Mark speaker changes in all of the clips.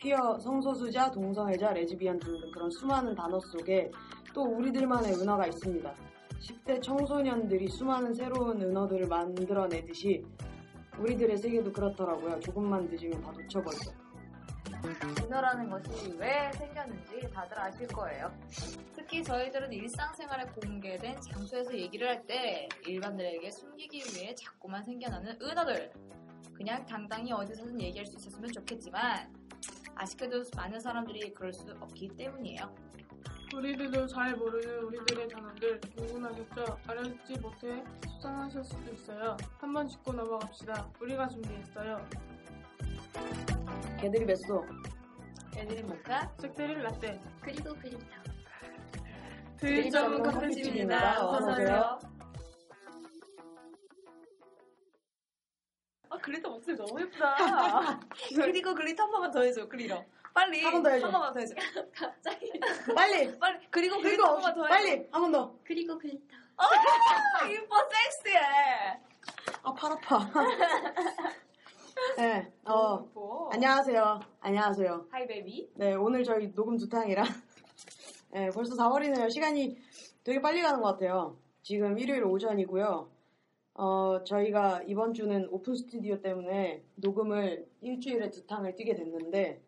Speaker 1: 퀴어, 성소수자, 동성애자, 레즈비언 등등 그런 수많은 단어 속에 또 우리들만의 은어가 있습니다. 10대 청소년들이 수많은 새로운 은어들을 만들어내듯이 우리들의 세계도 그렇더라고요. 조금만 늦으면 다 놓쳐버리죠.
Speaker 2: 디너라는 것이 왜 생겼는지 다들 아실 거예요. 특히 저희들은 일상생활에 공개된 장소에서 얘기를 할 때 일반들에게 숨기기 위해 자꾸만 생겨나는 은어들. 그냥 당당히 어디서든 얘기할 수 있었으면 좋겠지만 아쉽게도 많은 사람들이 그럴 수 없기 때문이에요.
Speaker 3: 우리들도 잘 모르는 우리들의 단어들 궁금하셨죠? 알아듣지 못해 속상하실 수도 있어요. 한번 짚고 넘어갑시다. 우리가 준비했어요.
Speaker 1: 개들이 뱃속,
Speaker 2: 애들이 모카
Speaker 3: 색드릴 라떼.
Speaker 2: 그리고 그립다.
Speaker 3: 드립 전문
Speaker 1: 커피집입니다.
Speaker 3: 커피집입니다.
Speaker 1: 어서
Speaker 3: 어서오세요.
Speaker 1: 오세요.
Speaker 2: 아 글리터 목소리 너무 예쁘다. 그리고 글리터 한 번만 더 해줘. 글리터. 빨리.
Speaker 1: 한번더 해줘.
Speaker 2: 한 번만 더 해줘. 갑자기.
Speaker 1: 빨리!
Speaker 2: 빨리. 그리고
Speaker 1: 그리
Speaker 2: 글리터 한 번만 더 해줘.
Speaker 1: 빨리! 한 번 더!
Speaker 2: 그리고 글리터. 아 이뻐 섹시해.
Speaker 1: 아, 팔 아파. 네, 어,
Speaker 2: 이뻐.
Speaker 1: 안녕하세요. 안녕하세요.
Speaker 2: 하이 베이비.
Speaker 1: 네, 오늘 저희 녹음 두 탕이라. 네, 벌써 4월이네요. 시간이 되게 빨리 가는 것 같아요. 지금 일요일 오전이고요. 어, 저희가 이번 주는 오픈 스튜디오 때문에 녹음을 일주일에 두 탕을 뛰게 됐는데,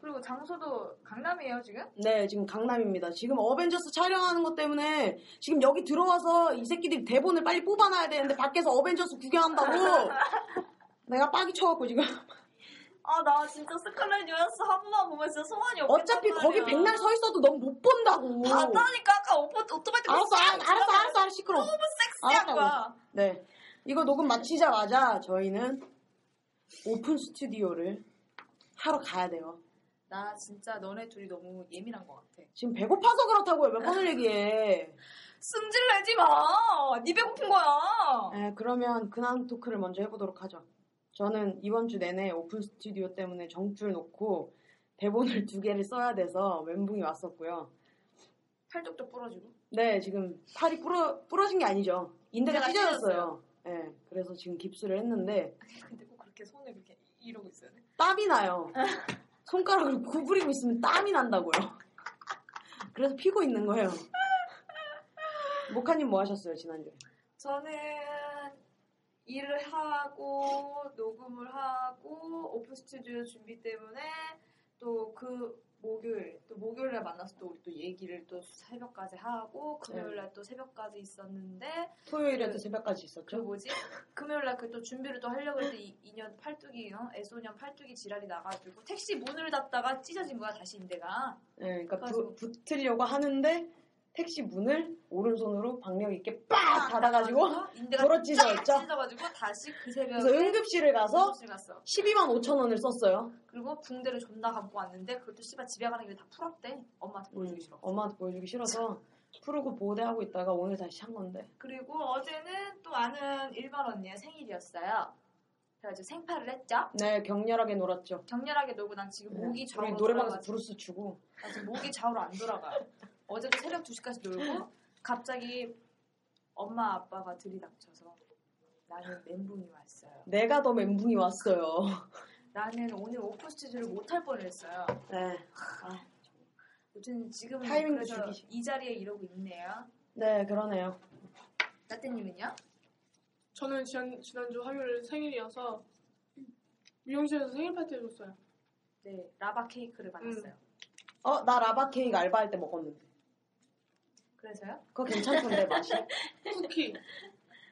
Speaker 2: 그리고 장소도 강남이에요 지금?
Speaker 1: 네, 지금 강남입니다. 지금 어벤져스 촬영하는 것 때문에 지금 여기 들어와서 이 새끼들이 대본을 빨리 뽑아놔야 되는데 밖에서 어벤져스 구경한다고 내가 빡이 쳐갖고 지금.
Speaker 2: 아 나 진짜 스칼렛 요한스 한 번만 보면 진짜 소원이 없겠단
Speaker 1: 어차피 거기
Speaker 2: 말이야.
Speaker 1: 백날 서 있어도 넌 못 본다고.
Speaker 2: 봤다니까 아까 오토 오토바이 타고
Speaker 1: 알았어,
Speaker 2: 쫙
Speaker 1: 알았어, 알았어, 알았어, 알았어, 시끄러워.
Speaker 2: 섹시한
Speaker 1: 알았다고.
Speaker 2: 거야.
Speaker 1: 네. 이거 녹음 마치자마자 저희는 오픈 스튜디오를 하러 가야 돼요.
Speaker 2: 나 진짜 너네 둘이 너무 예민한 것 같아.
Speaker 1: 지금 배고파서 그렇다고요. 몇 번을 얘기해.
Speaker 2: 승질 내지 마. 니 배고픈 거야.
Speaker 1: 네, 그러면 근황 토크를 먼저 해보도록 하죠. 저는 이번 주 내내 오픈 스튜디오 때문에 정줄 놓고 대본을 두 개를 써야 돼서 멘붕이 왔었고요.
Speaker 2: 팔뚝도 부러지고.
Speaker 1: 네, 지금 팔이 부러, 부러진 게 아니죠. 인대가
Speaker 2: 인대가
Speaker 1: 찢어졌어요. 네, 그래서 지금 깁스를 했는데
Speaker 2: 근데 꼭 그렇게 손을 그렇게 이러고 있어야 돼.
Speaker 1: 땀이 나요. 손가락을 구부리고 있으면 땀이 난다고요. 그래서 피고 있는 거예요. 모카님 뭐 하셨어요, 지난주에?
Speaker 2: 저는 일을 하고 녹음을 하고 오픈 스튜디오 준비 때문에 또 그 목요일 또 목요일에 만나서 또 우리 또 얘기를 또 새벽까지 하고 금요일날 또 새벽까지 있었는데
Speaker 1: 토요일에도
Speaker 2: 그-
Speaker 1: 새벽까지
Speaker 2: 그
Speaker 1: 있었죠?
Speaker 2: 뭐지? 금요일날 그 또 준비를 또 하려고 했는데 이, 인연 팔뚝이 어? 애소년 팔뚝이 지랄이 나가지고 택시 문을 닫다가 찢어진 거야 다시 인대가
Speaker 1: 네, 그러니까 부-
Speaker 2: 가지고.
Speaker 1: 붙으려고 하는데 택시 문을 오른손으로 박력 있게 빡 닫아가지고
Speaker 2: 인대가
Speaker 1: 도로 찢어졌죠?
Speaker 2: 쫙 찢어가지고 다시 그 새벽에
Speaker 1: 그래서 응급실을 가서
Speaker 2: 응급실 갔어
Speaker 1: 12만 5천 원을 썼어요. 음,
Speaker 2: 그리고 붕대를 존나 감고 왔는데 그것도 씨발 집에 가는 길에 다 풀었대 엄마한테 보여주기 싫어
Speaker 1: 음, 엄마한테 보여주기 싫어서 푸르고 보호대하고 있다가 오늘 다시 한 건데.
Speaker 2: 그리고 어제는 또 아는 일반 언니의 생일이었어요 그래가지고 생파를 했죠
Speaker 1: 네, 격렬하게 놀았죠.
Speaker 2: 격렬하게 놀고 난 지금 목이
Speaker 1: 네,
Speaker 2: 좌우로
Speaker 1: 우리 노래방에서
Speaker 2: 돌아가지고
Speaker 1: 브루스 추고.
Speaker 2: 나 지금 목이 좌우로 안 돌아가요. 어제도 새벽 2시까지 놀고 갑자기 엄마 아빠가 들이닥쳐서 나는 멘붕이 왔어요.
Speaker 1: 내가 더 멘붕이 왔어요.
Speaker 2: 나는 오늘 오프 스튜디오를 못 할 뻔했어요.
Speaker 1: 네.
Speaker 2: 무튼 지금
Speaker 1: 타이밍도
Speaker 2: 그래서
Speaker 1: 죽이시-
Speaker 2: 이 자리에 이러고 있네요.
Speaker 1: 네, 그러네요.
Speaker 2: 따뜻님은요?
Speaker 3: 저는 지난, 지난주 화요일 생일이어서 미용실에서 생일 파티 해줬어요.
Speaker 2: 네 라바 케이크를 받았어요.
Speaker 1: 어, 나 라바 케이크 알바할 때 먹었는데.
Speaker 2: 그래서요?
Speaker 1: 그거 괜찮던데, 맛이.
Speaker 3: 쿠키.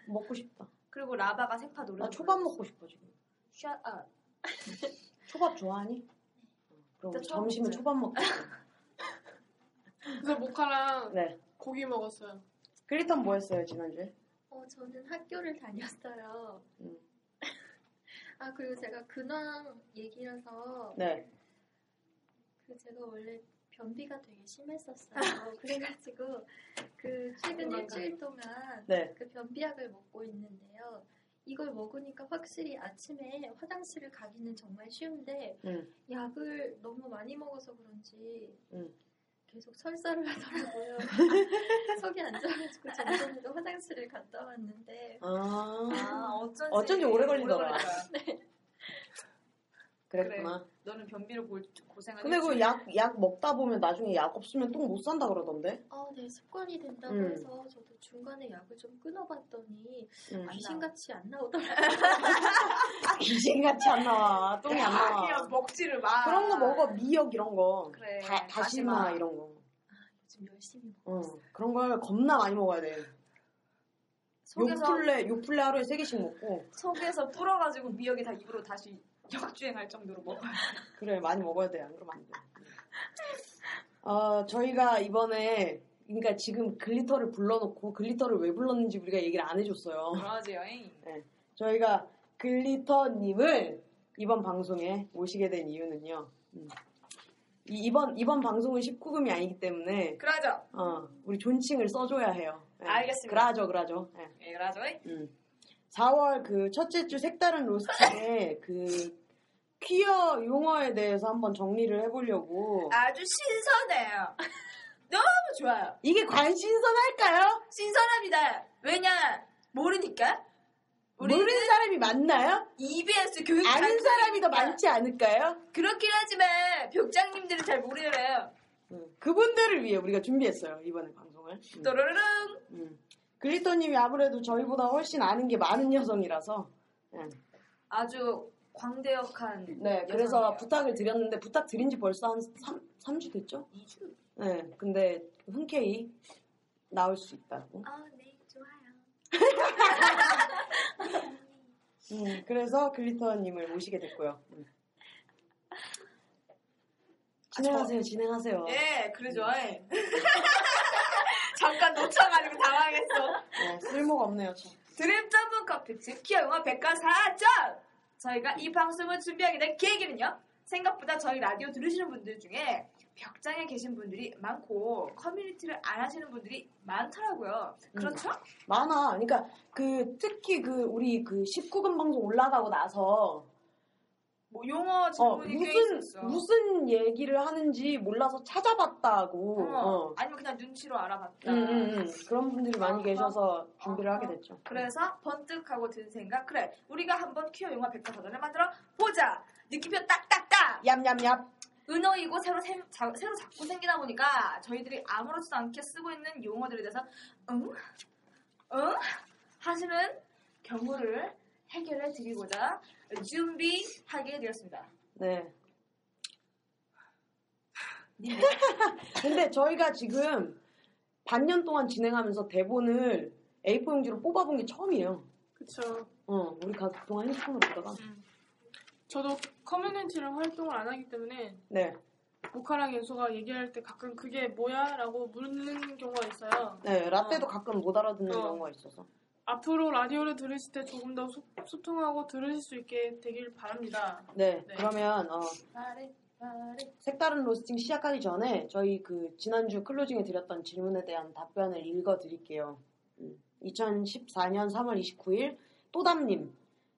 Speaker 1: 먹고 싶다.
Speaker 2: 그리고 아, 라바가 생파 노래
Speaker 1: 아, 나 초밥 먹고 싶어, 지금.
Speaker 2: shut up.
Speaker 1: 초밥 좋아하니? 그럼
Speaker 2: 일단
Speaker 1: 점심은
Speaker 2: 처음이지.
Speaker 1: 초밥 먹자.
Speaker 3: 그래서 모카랑
Speaker 1: 네.
Speaker 3: 고기 먹었어요.
Speaker 1: 그리턴 뭐 했어요, 지난주에?
Speaker 4: 어, 저는 학교를 다녔어요.
Speaker 1: 음.
Speaker 4: 아, 그리고 제가 근황 얘기라서
Speaker 1: 네.
Speaker 4: 그 제가 원래 변비가 되게 심했었어요. 그래가지고 그 최근
Speaker 3: 맞아요.
Speaker 4: 일주일 동안
Speaker 1: 네.
Speaker 4: 그 변비약을 먹고 있는데요. 이걸 먹으니까 확실히 아침에 화장실을 가기는 정말 쉬운데
Speaker 1: 음.
Speaker 4: 약을 너무 많이 먹어서 그런지
Speaker 1: 음.
Speaker 4: 계속 설사를 하더라고요. 속이 안 좋아가지고 점점도 화장실을 갔다 왔는데
Speaker 1: 아,
Speaker 2: 아, 어쩐지,
Speaker 1: 어쩐지 오래 걸리더라.
Speaker 2: 걸려요.
Speaker 1: 그랬구나.
Speaker 2: 너는 변비를 고, 고생하는
Speaker 1: 근데 그 약, 약 먹다 보면 나중에 약 없으면 똥 못 산다 그러던데?
Speaker 4: 아, 네 습관이 된다고
Speaker 1: 음.
Speaker 4: 해서 저도 중간에 약을 좀 끊어봤더니
Speaker 1: 음.
Speaker 4: 귀신같이 안 나오더라고요.
Speaker 1: 귀신같이 안 나와. 똥이 안 나와.
Speaker 2: 먹지를 마.
Speaker 1: 그런 거 먹어. 미역 이런 거.
Speaker 2: 그래.
Speaker 1: 다, 다시마 이런 거.
Speaker 4: 요즘 열심히 먹고
Speaker 1: 어,
Speaker 4: 있어요.
Speaker 1: 그런 걸 겁나 많이 먹어야 돼.
Speaker 2: 속에서
Speaker 1: 요플레, 요플레 하루에 세 개씩 먹고.
Speaker 2: 속에서 불어가지고 미역이 다 입으로 다시 역주행할 정도로 먹어요.
Speaker 1: 그래, 많이 먹어야 돼. 안 그러면 안 돼. 어, 저희가 이번에, 그러니까 지금 글리터를 불러놓고 글리터를 왜 불렀는지 우리가 얘기를 안 해줬어요.
Speaker 2: 그러지 여행.
Speaker 1: 저희가 글리터님을 이번 방송에 모시게 된 이유는요. 음, 이- 이번, 이번 방송은 19금이 아니기 때문에
Speaker 2: 그러죠.
Speaker 1: 어, 우리 존칭을 써줘야 해요. 예.
Speaker 2: 알겠습니다.
Speaker 1: 그라죠, 그라죠. 예.
Speaker 2: 예, 그러죠.
Speaker 1: 음. 4월 그 첫째 주 색다른 로스팅의 그 퀴어 용어에 대해서 한번 정리를 해보려고.
Speaker 2: 아주 신선해요. 너무 좋아요.
Speaker 1: 이게 관신선할까요?
Speaker 2: 신선합니다. 왜냐 모르니까. 우리는 그
Speaker 1: 모르는 사람이 많나요?
Speaker 2: EBS 교육
Speaker 1: 아는 사람이 더 많지 않을까요?
Speaker 2: 그렇긴 하지만 병장님들은 잘 모르잖아요.
Speaker 1: 음, 그분들을 위해 우리가 준비했어요, 이번에 방송을. 음.
Speaker 2: 또르르릉.
Speaker 1: 음. 글리터님이 아무래도 저희보다 훨씬 아는 게 많은 여성이라서 예.
Speaker 2: 아주 광대역한.
Speaker 1: 네 그래서 부탁을 드렸는데 부탁 드린 지 벌써 한 3, 주 됐죠?
Speaker 2: 2주.
Speaker 1: 네 근데 흔쾌히 나올 수 있다고
Speaker 4: 아, 네, 좋아요.
Speaker 1: 음, 그래서 글리터님을 모시게 됐고요 음. 진행하세요 진행하세요
Speaker 2: 예, 그러죠.
Speaker 1: 음.
Speaker 2: 예. 잠깐 놓쳐가지고 당황했어.
Speaker 1: 네, 쓸모가 없네요 참.
Speaker 2: 드림 점프 커피 즉키어 영화 104점! 저희가 이 방송을 준비하게 된 계기는요, 생각보다 저희 라디오 들으시는 분들 중에 벽장에 계신 분들이 많고, 커뮤니티를 안 하시는 분들이 많더라고요.
Speaker 1: 음.
Speaker 2: 그렇죠?
Speaker 1: 많아. 그러니까 그 특히 그 우리 그 19금 방송 올라가고 나서
Speaker 2: 뭐, 용어
Speaker 1: 어,
Speaker 2: 질문이 꽤 있었어.
Speaker 1: 무슨 무슨 얘기를 하는지 몰라서 찾아봤다고.
Speaker 2: 어,
Speaker 1: 어.
Speaker 2: 아니면 그냥 눈치로
Speaker 1: 음,
Speaker 2: 알아봤다.
Speaker 1: 음, 음. 그런 분들이 많이
Speaker 2: 어,
Speaker 1: 계셔서 준비를
Speaker 2: 어,
Speaker 1: 하게
Speaker 2: 어.
Speaker 1: 됐죠.
Speaker 2: 그래서 번뜩 하고 든 생각, 그래, 우리가 한번 퀴어 영화 104점을 만들어 보자! 느낌표 딱딱딱!
Speaker 1: 얌얌얌.
Speaker 2: 은어이고 새로 생, 자, 새로 자꾸 생기다 보니까 저희들이 아무렇지도 않게 쓰고 있는 용어들에 대해서 응? 응? 하시는 경우를 해결해 드리고자 준비하게 되었습니다.
Speaker 1: 네.
Speaker 2: 네.
Speaker 1: 근데 저희가 지금 반년 동안 진행하면서 대본을 A4 용지로 뽑아본 게 처음이에요.
Speaker 3: 그쵸. 음.
Speaker 1: 어, 우리 가 그동안 핸드폰으로 보다가
Speaker 3: 저도 커뮤니티를 활동을 안 하기 때문에
Speaker 1: 네,
Speaker 2: 어.
Speaker 3: 모카랑 연수가 얘기할 때 가끔 그게 뭐야? 라고 묻는 경우가 있어요.
Speaker 1: 네 라떼도 가끔 못 알아듣는
Speaker 3: 어.
Speaker 1: 경우가 있어서.
Speaker 3: 앞으로 라디오를 들으실 때 조금 더 소, 통하고 들으실 수 있게 되길 바랍니다.
Speaker 1: 네,
Speaker 3: 네.
Speaker 1: 그러면 어,
Speaker 2: 말해, 말해.
Speaker 1: 색다른 로스팅 시작하기 전에 저희 그 지난주 클로징에 드렸던 질문에 대한 답변을 읽어드릴게요. 음, 2014년 3월 29일 또담님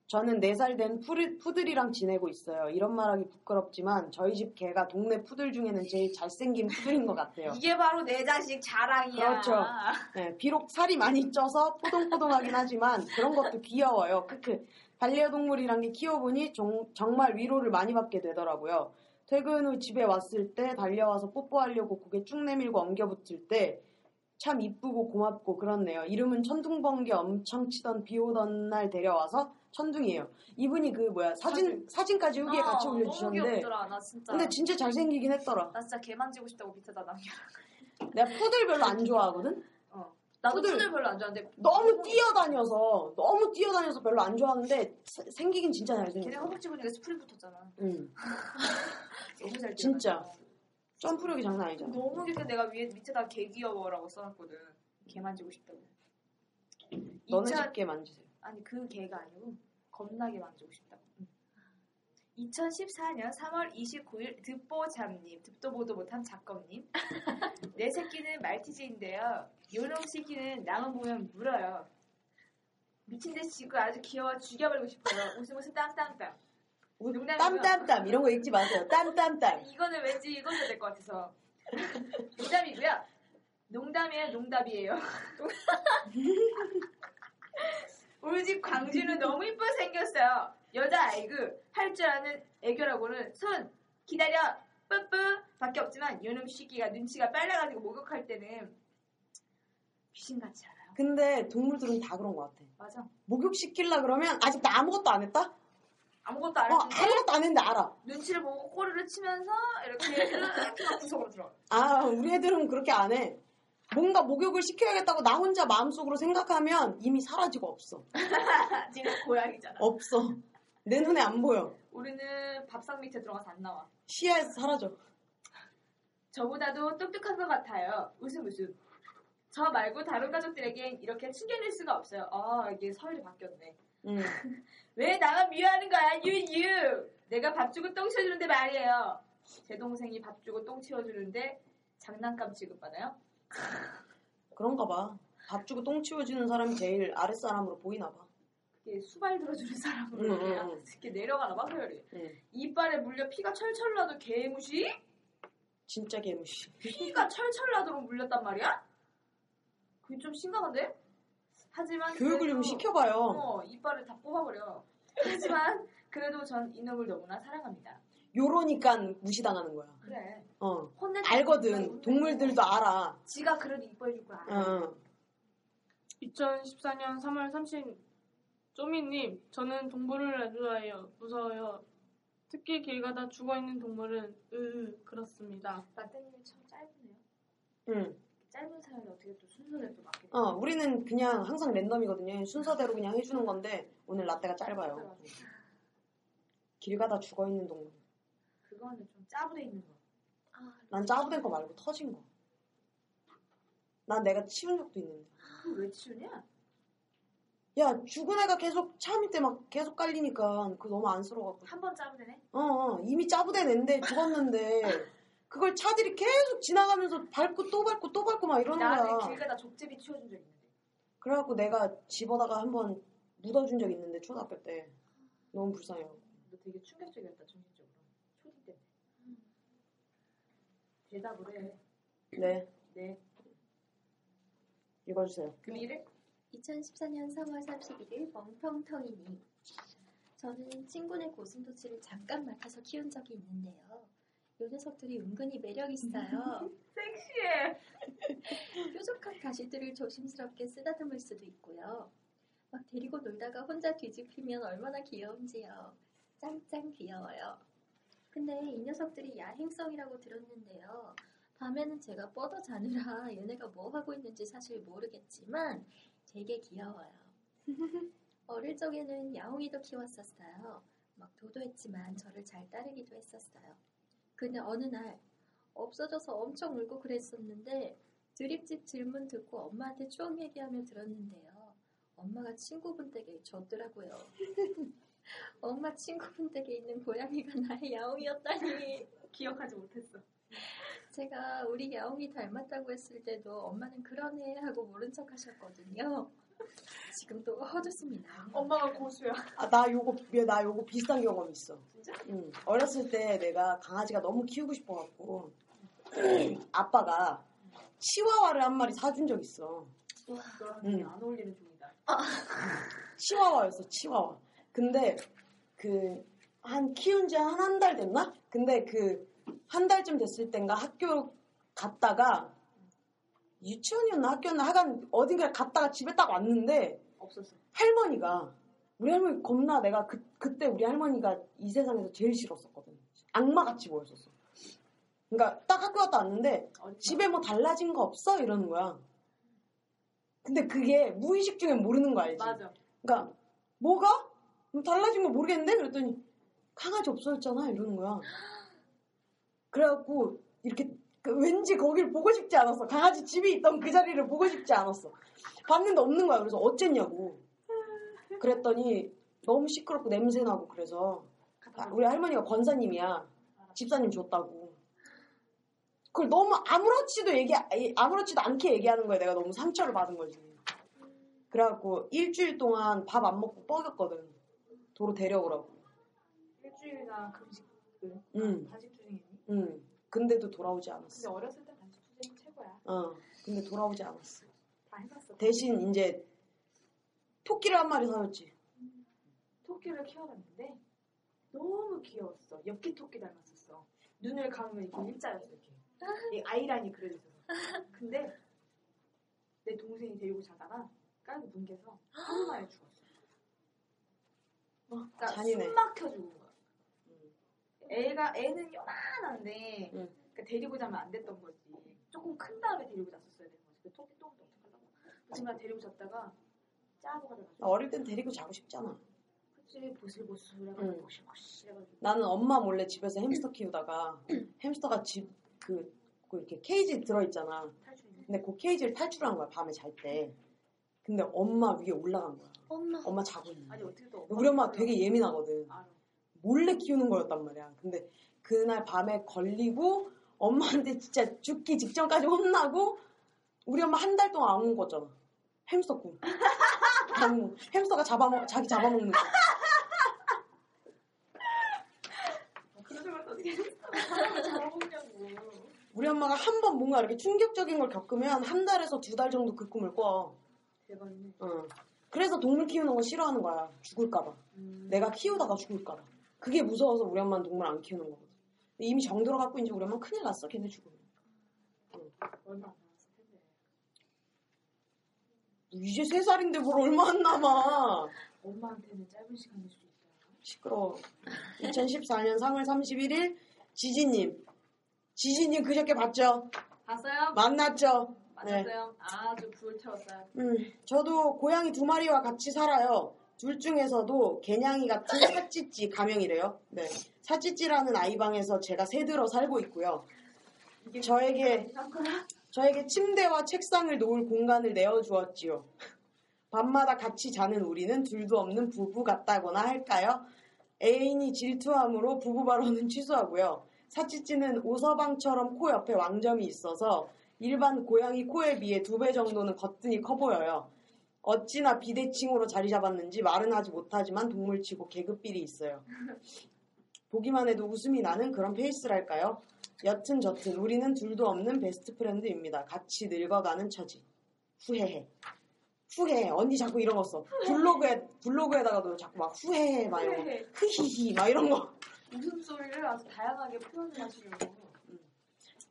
Speaker 1: 저는 4살 된 푸르- 푸들이랑 지내고 있어요. 이런 말하기 부끄럽지만 저희 집 개가 동네 푸들 중에는 제일 잘생긴 푸들인 것 같아요.
Speaker 2: 이게 바로 내 자식 자랑이야.
Speaker 1: 그렇죠. 네, 비록 살이 많이 쪄서 포동포동하긴 하지만 그런 것도 귀여워요. 크크. 반려동물이란 게 키워보니 정, 정말 위로를 많이 받게 되더라고요. 퇴근 후 집에 왔을 때 달려와서 뽀뽀하려고 고개 쭉 내밀고 엉겨붙을 때 참 이쁘고 고맙고 그렇네요. 이름은 천둥번개 엄청 치던 비 오던 날 데려와서 천둥이에요. 이분이 그 뭐야 사진 사진까지 후기에 같이
Speaker 2: 어, 너무
Speaker 1: 올려주셨는데
Speaker 2: 귀엽더라, 나 진짜.
Speaker 1: 근데 진짜 잘생기긴 했더라.
Speaker 2: 나 진짜 개 만지고 싶다고 비트다 남겨.
Speaker 1: 내가 푸들 별로 안 좋아하거든.
Speaker 2: 어. 나도
Speaker 1: 푸들.
Speaker 2: 푸들 별로 안 좋아하는데
Speaker 1: 너무 뛰어다녀서 너무 뛰어다녀서 별로 안 좋아하는데 세- 생기긴 진짜
Speaker 2: 걔네
Speaker 1: 잘생겼어.
Speaker 2: 허벅지 보니까 스프링 붙었잖아.
Speaker 1: 응.
Speaker 2: 너무 잘 뛰어다녀.
Speaker 1: 진짜. 점프력이 장난 아니잖아.
Speaker 2: 너무 그때 내가 위에 밑에다 개 귀여워라고 써놨거든. 개 만지고 싶다고.
Speaker 1: 너네
Speaker 2: 2차
Speaker 1: 집게 만지세요.
Speaker 2: 아니 그 개가 아니고 겁나게 만지고 싶다고. 2014년 3월 29일 듣보잡님, 듣도 보도 못한 작검님. 내 새끼는 말티즈인데요. 요놈 새끼는 나만 보면 물어요. 미친 듯이 지고 아주 귀여워 죽여버리고 싶어요. 웃으면서 땀땀땀. 농담이고요.
Speaker 1: 땀땀땀 이런 거 읽지 마세요. 땀땀땀.
Speaker 2: 이거는 왠지 이걸로 될 것 같아서. 농담이고요. 농담이에요, 농담이에요. 우리 집 광주는 너무 이뻐 생겼어요. 여자아이고 할 줄 아는 애교라고는 손 기다려 뿌뿌 밖에 없지만 요놈 시기가 눈치가 빨라가지고 목욕할 때는 귀신같이 알아요.
Speaker 1: 근데 동물들은 다 그런 것 같아.
Speaker 2: 맞아.
Speaker 1: 목욕 시킬라 그러면 아직 나 아무것도 안 했다? 어
Speaker 2: 아무것도 안 했는데
Speaker 1: 아무것도 안 했는데 알아.
Speaker 2: 눈치를 보고 꼬르르 치면서 이렇게 이렇게 막 구석으로 들어.
Speaker 1: 아 우리 애들은 그렇게 안 해. 뭔가 목욕을 시켜야겠다고 나 혼자 마음속으로 생각하면 이미 사라지고 없어.
Speaker 2: 지금 고양이잖아.
Speaker 1: 없어. 내 눈에 안 보여.
Speaker 2: 우리는 밥상 밑에 들어가서 안 나와.
Speaker 1: 시야에서 사라져.
Speaker 2: 저보다도 똑똑한 것 같아요. 웃음 웃음. 저 말고 다른 가족들에겐 이렇게 충격낼 수가 없어요. 아, 이게 서열이 바뀌었네.
Speaker 1: 응.
Speaker 2: 왜 나만 미워하는 거야, 유유! 내가 밥 주고 똥 치워주는데 말이에요. 제 동생이 밥 주고 똥 치워주는데 장난감 취급받아요?
Speaker 1: 그런가 봐. 밥 주고 똥 치워주는 사람이 제일 아랫사람으로 보이나 봐.
Speaker 2: 그게 수발 들어주는
Speaker 1: 응,
Speaker 2: 사람으로
Speaker 1: 응,
Speaker 2: 그냥
Speaker 1: 응.
Speaker 2: 이렇게 내려가나 봐, 서열이.
Speaker 1: 응.
Speaker 2: 이빨에 물려 피가 철철 나도 개무시?
Speaker 1: 진짜 개무시.
Speaker 2: 피가 철철 나도록 물렸단 말이야? 그게 좀 심각한데? 하지만
Speaker 1: 교육을 좀
Speaker 2: 그래도-
Speaker 1: 시켜봐요.
Speaker 2: 어, 이빨을 다 뽑아버려. 하지만 그래도 전 이놈을 너무나 사랑합니다.
Speaker 1: 요러니까 무시당하는 거야.
Speaker 2: 그래.
Speaker 1: 어.
Speaker 2: 혼내
Speaker 1: 알거든. 동물들도 알아.
Speaker 2: 지가 그래도 이뻐해줄 거야.
Speaker 1: 어.
Speaker 3: 2014년 3월 30일 쪼미님 저는 동물을 아주 좋아해요 무서워요 특히 길 가다 죽어있는 동물은 으으 그렇습니다
Speaker 2: 나때님 참 짧네요.
Speaker 1: 응.
Speaker 2: 짧은 사연이 어떻게 또 순서를 또 맞게
Speaker 1: 어, 우리는 그냥 항상 랜덤이거든요. 순서대로 그냥 해주는 건데, 오늘 라떼가 짧아요.
Speaker 2: 그래가지고
Speaker 1: 길 가다 죽어있는 동물.
Speaker 2: 그거는 좀 짜부돼 있는 거.
Speaker 4: 아,
Speaker 1: 난 짜부된 거 말고 터진 거. 난 내가 치운 적도 있는데.
Speaker 2: 그거 아, 왜 치우냐?
Speaker 1: 야, 죽은 애가 계속 차 밑에 막 계속 깔리니까 그거 너무 안쓰러워갖고.
Speaker 2: 한 번 짜부되네.
Speaker 1: 어, 어, 이미 짜부된 애인데 죽었는데 그걸 차들이 계속 지나가면서 밟고 또 밟고 또 밟고 막 이러는
Speaker 2: 나는
Speaker 1: 거야.
Speaker 2: 길 가다 족제비 치워준 적 있는데.
Speaker 1: 그래갖고 내가 집어다가 한번 묻어준 적 있는데 초등학교 때 너무 불쌍해요.
Speaker 2: 너 되게 충격적이었다 정신적으로. 초딩 때.
Speaker 1: 음.
Speaker 2: 대답을 해.
Speaker 1: 네,
Speaker 2: 네.
Speaker 1: 읽어주세요.
Speaker 2: 금일에
Speaker 1: 음.
Speaker 4: 2014년 3월 31일 멍텅텅이님 저는 친구네 고슴도치를 잠깐 맡아서 키운 적이 있는데요. 요 녀석들이 은근히 매력 있어요.
Speaker 2: 섹시해.
Speaker 4: 뾰족한 가시들을 조심스럽게 쓰다듬을 수도 있고요. 막 데리고 놀다가 혼자 뒤집히면 얼마나 귀여운지요. 짱짱 귀여워요. 근데 이 녀석들이 야행성이라고 들었는데요. 밤에는 제가 뻗어 자느라 얘네가 뭐 하고 있는지 사실 모르겠지만 되게 귀여워요. 어릴 적에는 야옹이도 키웠었어요. 막 도도했지만 저를 잘 따르기도 했었어요. 근데 어느 날 없어져서 엄청 울고 그랬었는데 드립집 질문 듣고 엄마한테 추억 얘기하며 들었는데요. 엄마가 친구분 댁에 줬더라고요. 엄마 친구분 댁에 있는 고양이가 나의 야옹이었다니.
Speaker 2: 기억하지 못했어.
Speaker 4: 제가 우리 야옹이 닮았다고 했을 때도 엄마는 그러네 하고 모른 척 하셨거든요. 지금도 허드습니다.
Speaker 2: 엄마가 고수야.
Speaker 1: 아, 나 요거, 야, 나 요거 비슷한 경험 있어.
Speaker 2: 진짜?
Speaker 1: 응. 어렸을 때 내가 강아지가 너무 키우고 싶어갖고
Speaker 2: 음.
Speaker 1: 아빠가 치와와를 한 마리 사준 적 있어.
Speaker 2: 너랑은
Speaker 1: 음.
Speaker 2: 안 어울리는 종이다.
Speaker 1: 치와와였어, 치와와. 근데 그 한 키운 지 한 한 달 됐나? 근데 그 한 달쯤 됐을 땐가 학교 갔다가 유치원이었나 학교였나 하간 어딘가에 갔다가 집에 딱 왔는데
Speaker 2: 없었어.
Speaker 1: 할머니가 우리 할머니 겁나 내가 그, 그때 우리 할머니가 이 세상에서 제일 싫었었거든. 악마같이 보였었어. 그러니까 딱 학교 갔다 왔는데
Speaker 2: 어린
Speaker 1: 집에 뭐 달라진 거 없어? 이러는 거야. 근데 그게 무의식 중에 모르는 거 알지?
Speaker 3: 맞아.
Speaker 1: 그러니까 뭐가? 뭐 달라진 거 모르겠는데? 그랬더니 강아지 없어졌잖아 이러는 거야. 그래갖고 이렇게 그 왠지 거길 보고 싶지 않았어. 강아지 집이 있던 그 자리를 보고 싶지 않았어. 봤는데 없는 거야. 그래서 어쨌냐고. 그랬더니 너무 시끄럽고 냄새나고 그래서 아, 우리 할머니가 권사님이야. 집사님 줬다고. 그걸 너무 아무렇지도 얘기 아무렇지도 않게 얘기하는 거야. 내가 너무 상처를 받은 거지. 그래갖고 일주일 동안 밥 안 먹고 뻐겼거든. 도로 데려오라고.
Speaker 2: 일주일이나 금식 그
Speaker 1: 음.
Speaker 2: 단식 투쟁이니?
Speaker 1: 응. 근데도 돌아오지
Speaker 2: 근데
Speaker 1: 않았어.
Speaker 2: 어렸을 때 단식 투쟁이 최고야.
Speaker 1: 어. 근데 돌아오지 않았어.
Speaker 2: 다 해봤어.
Speaker 1: 대신 이제 토끼를 한 마리 사줬지.
Speaker 2: 토끼를 키워봤는데 너무 귀여웠어. 엽기 토끼 닮았었어. 눈을 감으면 이렇게 일자였어 이렇게. 이 아이라인이 그려져 있어서. 근데 내 동생이 데리고 자다가 깔고 뭉개서 하루 만에 죽었어. 그러니까
Speaker 1: 어, 잔인해. 음.
Speaker 2: 숨 막혀 죽은 거야. 애가 애는 요만한데
Speaker 1: 응.
Speaker 2: 그러니까 데리고 자면 안 됐던 거지. 조금 큰 다음에 데리고 잤었어야 되는 거지. 그 토끼 똥똥 하려고. 그 친구가 데리고 잤다가 짜고
Speaker 1: 나
Speaker 2: 가다가
Speaker 1: 어릴 땐 데리고 자고 싶잖아.
Speaker 2: 그치 보슬보슬
Speaker 1: 응.
Speaker 2: 해가지고 혹시혹시 해가지고
Speaker 1: 나는 엄마 몰래 집에서 햄스터 키우다가 햄스터가 집 그 이렇게 케이지 들어있잖아.
Speaker 2: 탈출이네.
Speaker 1: 근데 그 케이지를 탈출한 거야 밤에 잘 때. 근데 엄마 위에 올라간 거야.
Speaker 4: 엄마.
Speaker 1: 엄마 자고 있는.
Speaker 2: 아니 어떻게 또
Speaker 1: 우리 엄마 되게 예민하거든.
Speaker 2: 알아.
Speaker 1: 몰래 키우는 거였단 말이야. 근데 그날 밤에 걸리고 엄마한테 진짜 죽기 직전까지 혼나고 우리 엄마 한 달 동안 안 온 거잖아. 햄스터 꿈. 안, 햄스터가 잡아먹 자기 잡아먹는 거.
Speaker 2: 아, 그런 생각 어떻게 아, 했어? 잘먹냐고
Speaker 1: 우리 엄마가 한 번 뭔가 이렇게 충격적인 걸 겪으면 한 달에서 두 달 정도 그 꿈을 꿔.
Speaker 2: 대박이네.
Speaker 1: 어. 그래서 동물 키우는 거 싫어하는 거야. 죽을까봐.
Speaker 2: 음.
Speaker 1: 내가 키우다가 죽을까봐. 그게 무서워서 우리 엄마는 동물 안 키우는 거거든. 근데 이미 정 들어갔고 이제 우리 엄마 큰일 났어. 걔네 죽으면.
Speaker 2: 얼마 안 남았을 텐데.
Speaker 1: 이제 세 살인데 뭘 얼마 안 남아.
Speaker 2: 엄마한테는 짧은 시간일 수 있다.
Speaker 1: 시끄러워. 2014년 3월 31일 지지님. 지지님 그저께 봤죠?
Speaker 2: 봤어요?
Speaker 1: 만났죠? 네.
Speaker 2: 맞았어요? 아주 불 태웠어요.
Speaker 1: 음, 저도 고양이 두 마리와 같이 살아요. 둘 중에서도 개냥이 같은 사찌찌 가명이래요. 네. 사찌찌라는 아이방에서 제가 새들어 살고 있고요. 저에게 저에게 침대와 책상을 놓을 공간을 내어 주었지요. 밤마다 같이 자는 우리는 둘도 없는 부부 같다거나 할까요? 애인이 질투함으로 부부 발언은 취소하고요. 사치찌는 오서방처럼 코 옆에 왕점이 있어서 일반 고양이 코에 비해 두 배 정도는 거뜬히 커 보여요. 어찌나 비대칭으로 자리 잡았는지 말은 하지 못하지만 동물치고 계급빌이 있어요. 보기만 해도 웃음이 나는 그런 페이스랄까요? 여튼 저튼 우리는 둘도 없는 베스트 프렌드입니다. 같이 늙어가는 처지. 후회해. 후회해. 언니 자꾸 이런 거 써. 블로그에 블로그에다가도 자꾸 막 후회해 막 이런 거. 흐히히 막 이런 거.
Speaker 2: 웃음소리를 아주 다양하게 표현을 하시려고.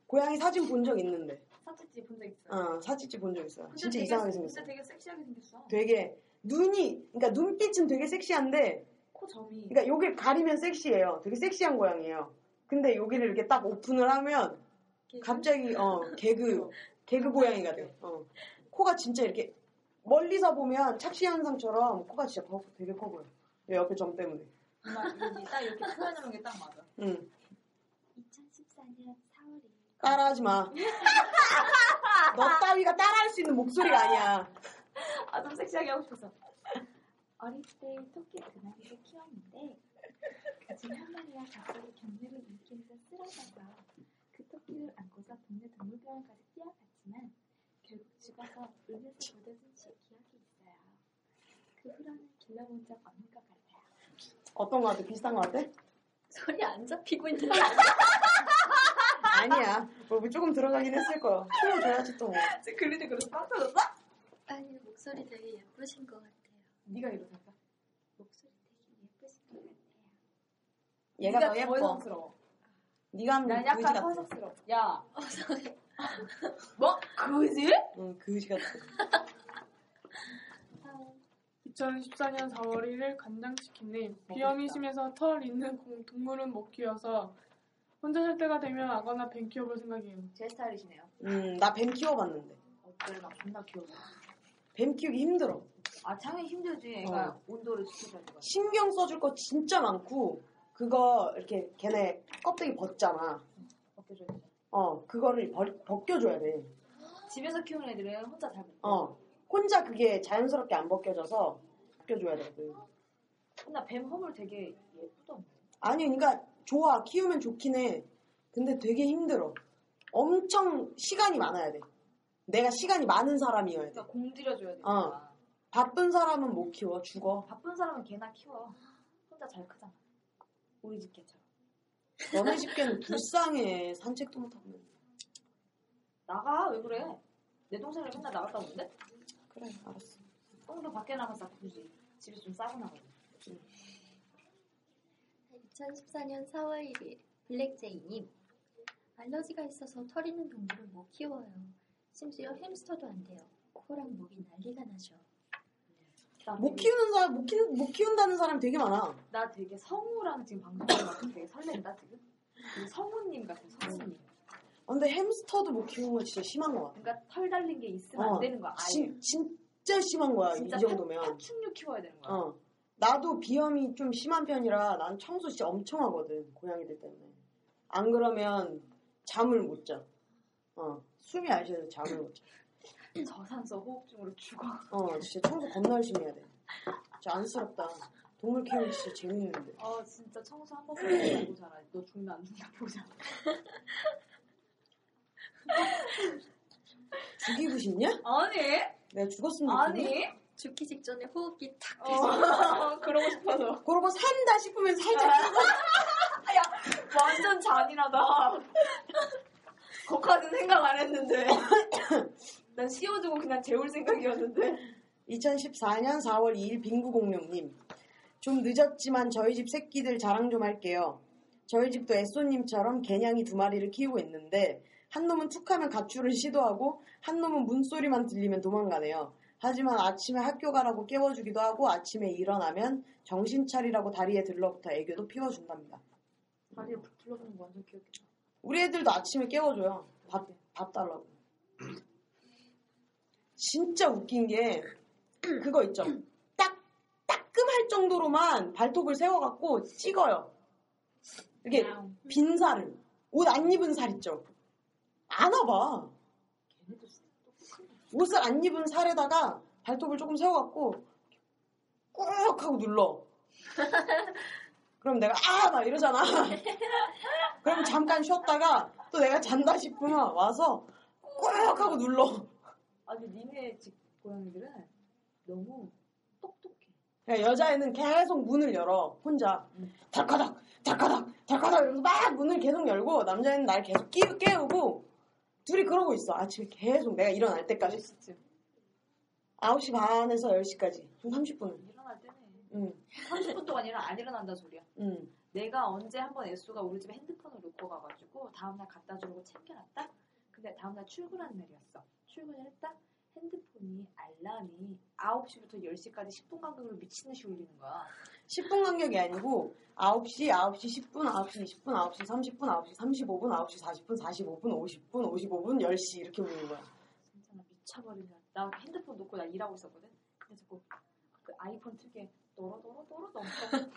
Speaker 1: 고양이 사진 본 적 있는데.
Speaker 2: 사채집 본적 있어요.
Speaker 1: 어, 네. 사진집 본 적 있어요. 네.
Speaker 2: 근데
Speaker 1: 진짜
Speaker 2: 되게-
Speaker 1: 이상하게 생겼어.
Speaker 2: 근데 되게 섹시하게 생겼어.
Speaker 1: 되게 눈이 그러니까 눈빛은 되게 섹시한데
Speaker 2: 코 점이.
Speaker 1: 그러니까 여기를 가리면 섹시해요. 되게 섹시한 고양이에요. 근데 여기를 이렇게 딱 오픈을 하면 갑자기 어 개그 개그 고양이가 돼. 어. 코가 진짜 이렇게 멀리서 보면 착시 현상처럼 코가 진짜 더- 되게 커 보여. 요 옆에 점 때문에.
Speaker 2: 정말 딱 이렇게 표현하는 게 딱 맞아.
Speaker 1: 응.
Speaker 4: 2014년 4월 2일.
Speaker 1: 따라하지 마. 너 따위가 따라할 수 있는 목소리가 아니야.
Speaker 2: 아, 좀 섹시하게 하고 싶어서.
Speaker 4: 어릴 때 토끼 두 마리를 키웠는데 그중 한 마리가 갑자기 경매를 일으키면서 쓰러져서 그 토끼를 안고서 동네 동물병원까지 뛰어갔지만 결국 죽어서 울면서 묻어진 시- 기억이 있어요. 그 후로는 길러본 적 없는 것 같아요.
Speaker 1: 어떤 거 같아? 비슷한 거 같아?
Speaker 4: 소리 안 잡히고 있는 거
Speaker 1: 아니야. 뭐 조금 들어가긴 했을 거야. 춤을 줘야지 또 뭐.
Speaker 2: 제 글리도 그래서 깜짝 놀랐어?
Speaker 4: 아니 목소리 되게 예쁘신 것 같아요.
Speaker 2: 네가 이러다가.
Speaker 4: 목소리 되게 예쁘신 것 같아요.
Speaker 1: 얘가
Speaker 2: 네가
Speaker 1: 더 예뻐.
Speaker 2: 여성스러워.
Speaker 1: 네가 하면
Speaker 2: 난
Speaker 1: 그지
Speaker 2: 약간
Speaker 1: 같아. 어,
Speaker 2: 허석스러워. 야. 뭐? 그지?
Speaker 1: 응, 그지 같아.
Speaker 3: 2014년 4월 1일 간장치킨님 비염이 심해서 털 있는 공- 동물은 못 키워서 혼자 살 때가 되면 아거나 뱅 키워볼 생각이에요.
Speaker 2: 제 스타일이시네요.
Speaker 1: 음, 나 뱀 키워봤는데.
Speaker 2: 어때? 나 존나 귀여워.
Speaker 1: 뱀 키우기 힘들어.
Speaker 2: 아 당연히 힘들지. 애가
Speaker 1: 어.
Speaker 2: 온도를 지켜줘야 돼.
Speaker 1: 신경 써줄 거 진짜 많고 그거 이렇게 걔네 껍데기 벗잖아.
Speaker 2: 벗겨줘야 돼.
Speaker 1: 어 그거를 벌- 벗겨줘야 돼.
Speaker 2: 집에서 키우는 애들은 혼자 잘 먹어.
Speaker 1: 어 혼자 그게 자연스럽게 안 벗겨져서 벗겨줘야 되거든.
Speaker 2: 근데 뱀 허물 되게 예쁘던데.
Speaker 1: 아니 그러니까 좋아 키우면 좋긴 해. 근데 되게 힘들어. 엄청 시간이 많아야 돼. 내가 시간이 많은 사람이어야 돼.
Speaker 2: 그러니까 공들여줘야 돼.
Speaker 1: 어. 바쁜 사람은 못 키워 죽어.
Speaker 2: 바쁜 사람은 개나 키워. 혼자 잘 크잖아. 우리 집 개처럼.
Speaker 1: 너네 집 개는 불쌍해. 산책도 못 하면.
Speaker 2: 나가 왜 그래? 내 동생을 맨날 나갔다 오는데?
Speaker 1: 그래 알았어.
Speaker 2: 똥도 밖에 나가서 굳이 집에서 좀 싸고 나거든.
Speaker 4: 2014년 4월 1일 블랙제이님 알러지가 있어서 털 있는 동물을 못 키워요. 심지어 햄스터도 안 돼요. 코랑 목이 난리가 나죠.
Speaker 2: 나
Speaker 1: 못
Speaker 2: 되게-
Speaker 1: 키우는 사람 못, 키우, 못 키운다는 사람 되게 많아.
Speaker 2: 나 되게 성우랑 지금 방송하는 것 같아서 되게 설렌다 지금. 되게 성우님 같은 성우님.
Speaker 1: 음. 근데 햄스터도 못 키우는 건 진짜 심한 거야.
Speaker 2: 그러니까 털 달린 게 있으면
Speaker 1: 어,
Speaker 2: 안 되는 거야. 아예.
Speaker 1: 진, 진짜 심한 거야
Speaker 2: 진짜
Speaker 1: 이 정도면.
Speaker 2: 파충류 키워야 되는 거야.
Speaker 1: 어. 나도 비염이 좀 심한 편이라 난 청소 진짜 엄청 하거든 고양이들 때문에. 안 그러면 잠을 못 자. 어. 숨이 안 쉬어서 잠을 못 자.
Speaker 2: 저산소 호흡증으로 죽어.
Speaker 1: 어 진짜 청소 겁나 열심히 해야 돼. 진짜 안쓰럽다. 동물 키우기 진짜 재밌는데.
Speaker 2: 아 진짜 청소 한 번만 더 보고 자라. 너 죽나 안 죽나 보고 자라.
Speaker 1: 죽이고 싶냐?
Speaker 2: 아니
Speaker 1: 내가 죽었으면 좋겠네.
Speaker 2: 아니.
Speaker 4: 죽기 직전에 호흡기 탁
Speaker 2: 어, 그러고 싶어서.
Speaker 1: 그러고 산다 싶으면 살짝
Speaker 2: 완전 잔인하다. 거까진 생각 안 했는데. 난 씌워주고 그냥 재울 생각이었는데.
Speaker 1: 2014년 4월 2일 빙구공룡님. 좀 늦었지만 저희 집 새끼들 자랑 좀 할게요. 저희 집도 애쏘님처럼 개냥이 두 마리를 키우고 있는데 한 놈은 툭하면 가출을 시도하고 한 놈은 문소리만 들리면 도망가네요. 하지만 아침에 학교 가라고 깨워주기도 하고 아침에 일어나면 정신 차리라고 다리에 들러붙어 애교도 피워준답니다.
Speaker 2: 다리에 둘러보는 거 완전 귀엽겠다.
Speaker 1: 우리 애들도 아침에 깨워줘요. 밥, 밥 달라고. 진짜 웃긴 게 그거 있죠. 딱 따끔할 정도로만 발톱을 세워갖고 찍어요. 이게 빈 살을 옷 안 입은 살 있죠. 안 와봐. 옷을 안 입은 살에다가 발톱을 조금 세워갖고 꾹 하고 눌러. 그럼 내가 아 막 이러잖아. 그럼 잠깐 쉬었다가 또 내가 잔다 싶으면 와서 꾹 하고 눌러.
Speaker 2: 아니 니네 집 고양이들은 너무 똑똑해.
Speaker 1: 그러니까 여자애는 계속 문을 열어 혼자 달카닥 달카닥 달카닥 이러면서 막 문을 계속 열고 남자애는 날 계속 끼, 깨우고 둘이 그러고 있어 아침에 계속 내가 일어날 때까지
Speaker 2: 시쯤
Speaker 1: 9시 반에서 10시까지 한 30분은
Speaker 2: 일어날 때네.
Speaker 1: 응,
Speaker 2: 30분 동안 일어 안 일어난다 소리야.
Speaker 1: 응.
Speaker 2: 내가 언제 한번 애수가 우리 집에 핸드폰을 놓고 가가지고 다음날 갖다 주려고 챙겨놨다? 근데 다음날 출근하는 날이었어. 출근을 했다? 핸드폰이 알람이 9시부터 10시까지 10분 간격으로 미친 듯이 울리는 거야.
Speaker 1: 10분 간격이 아니고 9시, 9시 10분, 9시 20분, 9시 30분, 9시 35분, 9시 40분, 45분, 50분, 55분, 10시 이렇게 부르는 거야
Speaker 2: 진짜 나 미쳐버리냐. 나 핸드폰 놓고 나 일하고 있었거든. 근데 자꾸 그 아이폰 특유의 도로도로도로 덩덩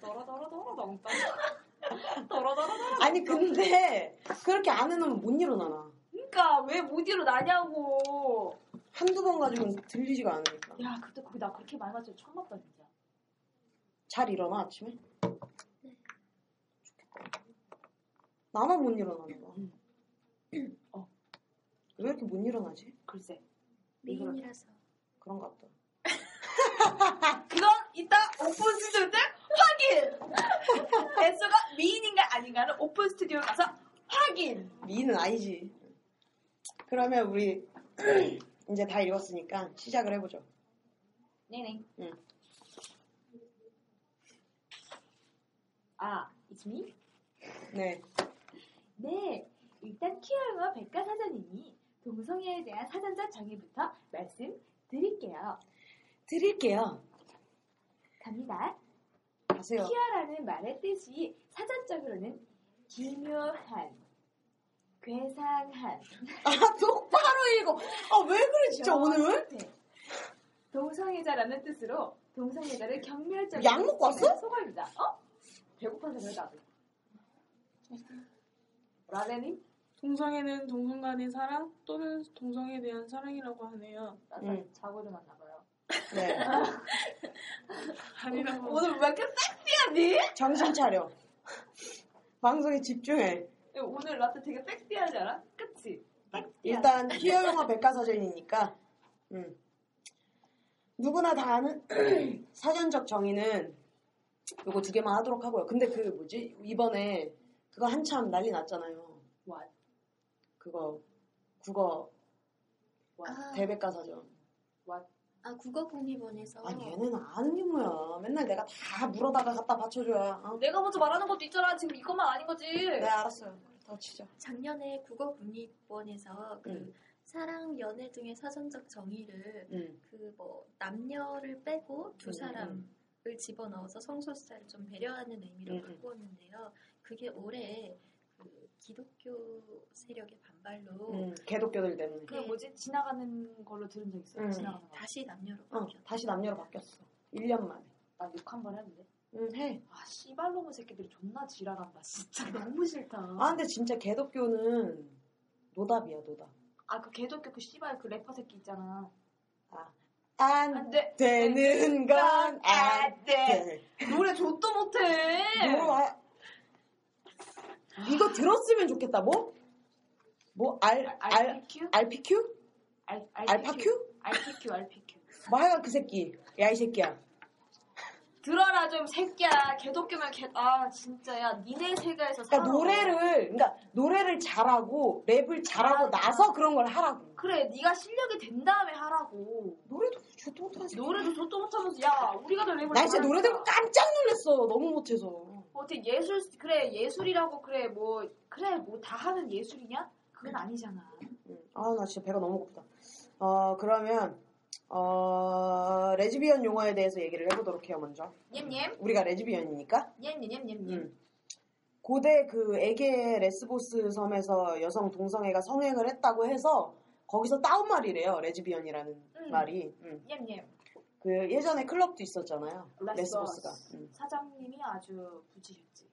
Speaker 2: 도로도로도로 덩덩 도로도로도로
Speaker 1: 아니 근데 그렇게 안 해놓으면 못 일어나나
Speaker 2: 그러니까 왜 못 일어나냐고.
Speaker 1: 한두 번 가지고는 들리지가 않으니까
Speaker 2: 야 그때 거기 나 그렇게 많이 맞춰 처음 봤다 진짜.
Speaker 1: 잘 일어나 아침에? 좋겠다. 나만 못 일어나는 거. 어. 왜 이렇게 못 일어나지?
Speaker 2: 글쎄
Speaker 4: 메인이라서
Speaker 1: 그런가 보다.
Speaker 2: 그건 이따 오픈 스튜디오 때 확인! 애수가 미인인가 아닌가를 오픈 스튜디오 가서 확인!
Speaker 1: 미인은 아니지. 그러면 우리 이제 다 읽었으니까 시작을 해보죠.
Speaker 2: 네네.
Speaker 1: 응.
Speaker 2: 아, it's me?
Speaker 1: 네.
Speaker 2: 네. 일단 키얼모 백과사전이니 동성애에 대한 사전적 정의부터 말씀드릴게요.
Speaker 1: 드릴게요.
Speaker 2: 갑니다.
Speaker 1: 가세요.
Speaker 2: 키아라는 말의 뜻이 사전적으로는 기묘한, 괴상한,
Speaker 1: 아, 똑바로 읽어. 아, 왜 그래, 진짜 오늘?
Speaker 2: 네. 동성애자라는 뜻으로 동성애자를 경멸적으로
Speaker 1: 약 먹고 왔어?
Speaker 2: 지칭하는 소설입니다. 어? 배고파서 그래 나도. 라벤이?
Speaker 3: 동성애는 동성 간의 사랑 또는 동성에 대한 사랑이라고 하네요.
Speaker 2: 나도
Speaker 1: 음.
Speaker 2: 자고 좀 왔나 봐요.
Speaker 1: 네.
Speaker 3: 아니라고
Speaker 2: 오늘 왜 이렇게 섹시하니?
Speaker 1: 정신 차려. 방송에 집중해.
Speaker 2: 오늘 라떼 되게 섹시하지 않아? 그치?
Speaker 1: 일단 히어 영화 백과사전이니까 음. 누구나 다 아는 사전적 정의는 요거 두 개만 하도록 하고요. 근데 그 뭐지 이번에 그거 한참 난리 났잖아요.
Speaker 2: What?
Speaker 1: 그거 국어
Speaker 4: 아,
Speaker 1: 대백과사전.
Speaker 4: 아, 국어 국립원에서
Speaker 1: 아니 얘네는 아는 게 뭐야. 맨날 내가 다 물어다가 갖다 받쳐줘야. 어?
Speaker 2: 내가 먼저 말하는 것도 있잖아. 지금 이것만 아닌 거지.
Speaker 1: 네 알았어요. 더 치죠.
Speaker 4: 작년에 국어 국립원에서 그
Speaker 1: 음.
Speaker 4: 사랑, 연애 등의 사전적 정의를
Speaker 1: 음.
Speaker 4: 그 뭐 남녀를 빼고 두
Speaker 1: 음,
Speaker 4: 사람을 집어넣어서 성소수자를 좀 배려하는 의미로
Speaker 1: 음, 음.
Speaker 4: 바꾸었는데요. 그게 올해 그 기독교 세력의 반발로
Speaker 1: 음. 개독교들 때문에.
Speaker 2: 그 뭐지? 지나가는 걸로 들은 적 있어요.
Speaker 1: 음.
Speaker 2: 지나가는 거.
Speaker 4: 다시 남녀로
Speaker 1: 어,
Speaker 4: 바뀌었다.
Speaker 1: 다시 남녀로 바뀌었어. 1년 만에.
Speaker 2: 난욕한번 했는데.
Speaker 1: 음, 해.
Speaker 2: 아, 씨발놈의 새끼들이 존나 지랄한다. 진짜 너무 싫다.
Speaker 1: 아, 근데 진짜 개독교는 노답이야, 노답.
Speaker 2: 아, 그 개도끼 그 씨발 그 래퍼 새끼 있잖아.
Speaker 1: 안
Speaker 2: 안 돼.
Speaker 1: 되는 건 안 돼.
Speaker 2: 노래 좆도 못해.
Speaker 1: 뭐야? 이거 들었으면 좋겠다. 뭐? 뭐, 알, 알,
Speaker 2: RPQ?
Speaker 1: 알피큐?
Speaker 2: 알-
Speaker 1: 알파큐?
Speaker 2: RPQ, RPQ.
Speaker 1: 뭐 하여간 그 새끼. 야, 이 새끼야.
Speaker 2: 들어라 좀 새끼야. 개도끼면 개, 아, 진짜 야. 니네 세계에서 살아.
Speaker 1: 그러니까 노래를, 그러니까 노래를 잘하고 랩을 잘하고 나서 그런 걸 하라고.
Speaker 2: 그래, 네가 실력이 된 다음에 하라고.
Speaker 1: 노래도 좋다 못하는 새끼.
Speaker 2: 노래도 좆도 못하면서 야, 우리가 더 랩을
Speaker 1: 나 진짜
Speaker 2: 잘하니까.
Speaker 1: 노래 듣고 깜짝 놀랐어. 너무 못해서.
Speaker 2: 어떻게 예술 그래 예술이라고 그래 뭐 그래 뭐 다 하는 예술이냐? 그건 아니잖아.
Speaker 1: 아, 나 진짜 배가 너무 고프다. 어, 그러면, 어, 레즈비언 용어에 대해서 얘기를 해보도록 해요, 먼저.
Speaker 2: 냠냠
Speaker 1: 우리가 레즈비언이니까.
Speaker 2: 냠냠냠냠.
Speaker 1: 음. 고대 그 에게 레스보스 섬에서 여성 동성애가 성행을 했다고 해서 거기서 따온 말이래요, 레즈비언이라는
Speaker 2: 음.
Speaker 1: 말이. 음.
Speaker 2: 냠냠.
Speaker 1: 그 예전에 클럽도 있었잖아요,
Speaker 2: 레스보스.
Speaker 1: 레스보스가. 음.
Speaker 2: 사장님이 아주 부지셨지.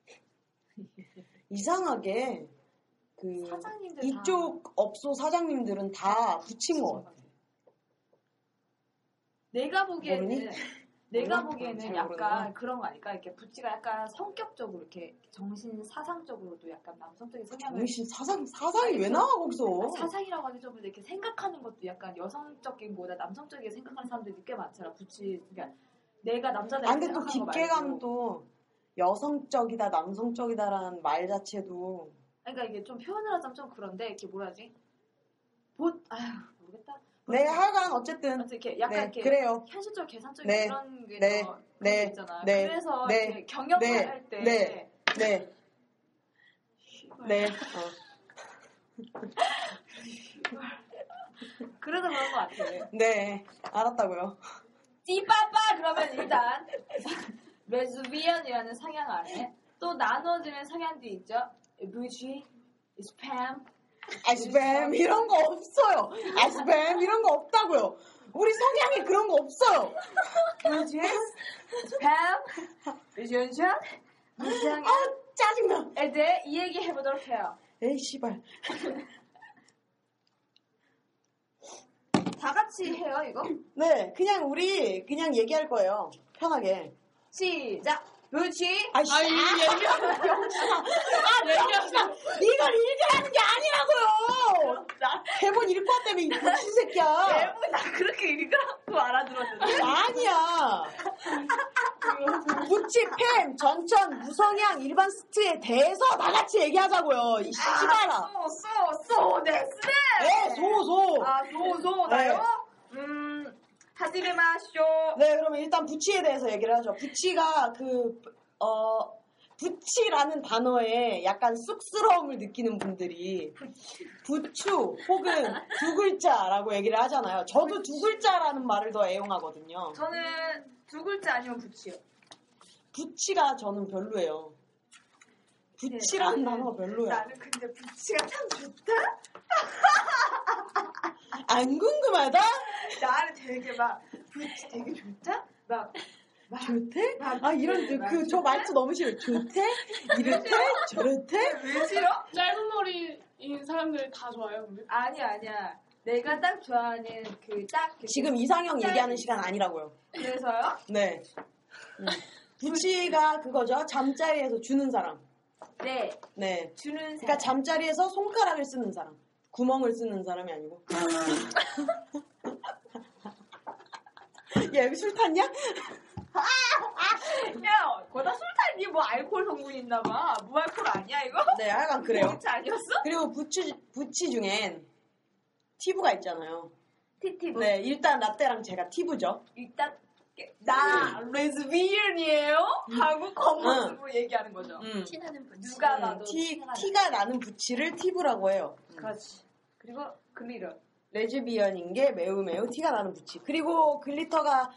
Speaker 1: 이상하게 그
Speaker 2: 사장님들
Speaker 1: 이쪽 업소 사장님들은 다 붙인 것 같아.
Speaker 2: 내가 보기에는
Speaker 1: 모르니?
Speaker 2: 내가
Speaker 1: 몰라?
Speaker 2: 보기에는
Speaker 1: 잘
Speaker 2: 약간
Speaker 1: 모르는구나.
Speaker 2: 그런 거 아닐까? 이렇게 부지가 약간 성격적으로 이렇게 정신 사상적으로도 약간 남성적인 성향을 그
Speaker 1: 당신 사상, 사상이 왜 나와, 거기서?
Speaker 2: 사상이라고 하기 좀 이렇게 생각하는 것도 약간 여성적인 보다 남성적인 생각하는 사람들이 꽤 많더라. 부치 그러니까 내가 남자다.
Speaker 1: 아, 근데
Speaker 2: 이렇게
Speaker 1: 또
Speaker 2: 생각하는 거
Speaker 1: 깊게 가면
Speaker 2: 말고.
Speaker 1: 또 여성적이다, 남성적이다라는 말 자체도
Speaker 2: 그러니까 이게 좀 표현을 하자면 좀 그런데 이렇게 뭐라 하지? 보 아휴 모르겠다.
Speaker 1: 네, 하여간 어쨌든
Speaker 2: 그렇죠. 아무튼 이렇게 약간
Speaker 1: 네,
Speaker 2: 이렇게
Speaker 1: 그래요.
Speaker 2: 현실적 계산적인
Speaker 1: 네,
Speaker 2: 그런 게
Speaker 1: 네,
Speaker 2: 더 그런
Speaker 1: 네,
Speaker 2: 게 있잖아.
Speaker 1: 네,
Speaker 2: 그래서
Speaker 1: 네,
Speaker 2: 이렇게 경영을
Speaker 1: 네,
Speaker 2: 할 때
Speaker 1: 네. 네, 네. 어.
Speaker 2: 그래서 그런 것 같아.
Speaker 1: 네, 알았다고요.
Speaker 2: 띠빠빠 그러면 일단 레즈비언이라는 성향 안에 또 나눠지는 성향도 있죠. 무지, 스팸,
Speaker 1: 아스뱀 이런 거 없어요. 아스뱀 이런 거 없다고요. 우리 성향에 그런 거 없어요.
Speaker 2: 무지, 스팸, 리전션, 무지향에
Speaker 1: 아, 짜증나.
Speaker 2: 대해 이 얘기 해보도록 해요.
Speaker 1: 에이, 씨발.
Speaker 2: 다 같이 해요 이거.
Speaker 1: 네, 그냥 우리 그냥 얘기할 거예요. 편하게.
Speaker 2: 시작. 무지,
Speaker 1: 아, 씨. 아, 얘기하면 아, 얘기하면 이걸 읽으라는 게 아니라고요. 대본 읽고 왔다며, 이 미친 새끼야.
Speaker 2: 대본 아, 나 그렇게 읽으라고 알아들었는데.
Speaker 1: 아니야. 구찌, 팸, 전천, 무성향, 일반 스트에 대해서 다 같이 얘기하자고요. 이 씨발아.
Speaker 2: 어, 소소소네스네.
Speaker 1: 네, 소, 소.
Speaker 2: 아
Speaker 3: 네.
Speaker 2: 소소나요? 음 하지메마쇼.
Speaker 1: 네, 그러면 일단 부치에 대해서 얘기를 하죠. 부치가 그, 어, 부치라는 단어에 약간 쑥스러움을 느끼는 분들이 부추 혹은 두 글자라고 얘기를 하잖아요. 저도 두 글자라는 말을 더 애용하거든요.
Speaker 2: 저는 두 글자 아니면 부치요.
Speaker 1: 부치가 저는 별로예요. 부치라는
Speaker 2: 네,
Speaker 1: 단어 별로야.
Speaker 2: 나는 근데 부치가 참 좋다.
Speaker 1: 안 궁금하다?
Speaker 2: 나는 되게 막 부치 되게 좋다. 막
Speaker 1: 좋대?
Speaker 2: 막
Speaker 1: 아, 이런, 그, 저 말투 너무 싫어. 좋대? 이렇대? 저렇대?
Speaker 2: 왜 싫어?
Speaker 3: 짧은 머리인 사람들 다 좋아요, 근데?
Speaker 2: 아니야 아니야. 내가 딱 좋아하는 그딱
Speaker 1: 지금 이상형 얘기하는 시간 아니라고요.
Speaker 2: 그래서요.
Speaker 1: 네. 음. 부치가 그거죠. 잠자리에서 주는 사람.
Speaker 2: 네
Speaker 1: 네.
Speaker 2: 주는
Speaker 1: 그러니까
Speaker 2: 사람.
Speaker 1: 잠자리에서 손가락을 쓰는 사람. 구멍을 쓰는 사람이 아니고. 얘 술 탔냐?
Speaker 2: 야, 거다 술탄이 뭐 알코올 성분 있나 봐. 무알콜 아니야 이거?
Speaker 1: 네, 하여간 그래요.
Speaker 2: 부치 아니었어?
Speaker 1: 그리고 부치, 부치 중엔 티브가 있잖아요.
Speaker 2: 티티 뭐
Speaker 1: 네, 일단 라떼랑 제가 티브죠.
Speaker 2: 일단 나 레즈비언이에요? 하고 겉모습으로 얘기하는 거죠.
Speaker 1: 음.
Speaker 2: 친하는 분. 누가 봐도
Speaker 1: 티,
Speaker 2: 친하다.
Speaker 1: 티가 나는 부치를 티브라고 해요.
Speaker 2: 그렇지. 그리고 글리러.
Speaker 1: 레즈비언인 게 매우 매우 티가 나는 부치. 그리고 글리터가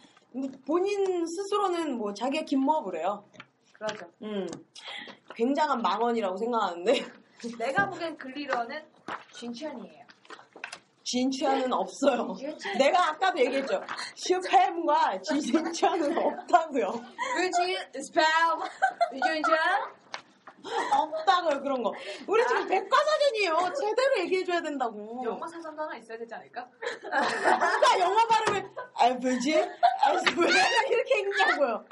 Speaker 1: 본인 스스로는 뭐 자기의 김모업을 해요.
Speaker 2: 그러죠.
Speaker 1: 음, 굉장한 망언이라고 생각하는데 음.
Speaker 2: 내가 보기엔 글리러는 진천이에요.
Speaker 1: 진취하는 없어요. 내가 아까도 얘기했죠. 슈팸과 진취하는 없다고요.
Speaker 2: 그치 스팸 진천.
Speaker 1: 없다고요 그런 거. 우리 지금 백과사전이에요. 제대로 얘기해줘야 된다고.
Speaker 2: 영어 사전도 하나 있어야 되지 않을까?
Speaker 1: 아까 영어 발음을 아 뭐지? 아, 왜 내가 이렇게 했냐고요.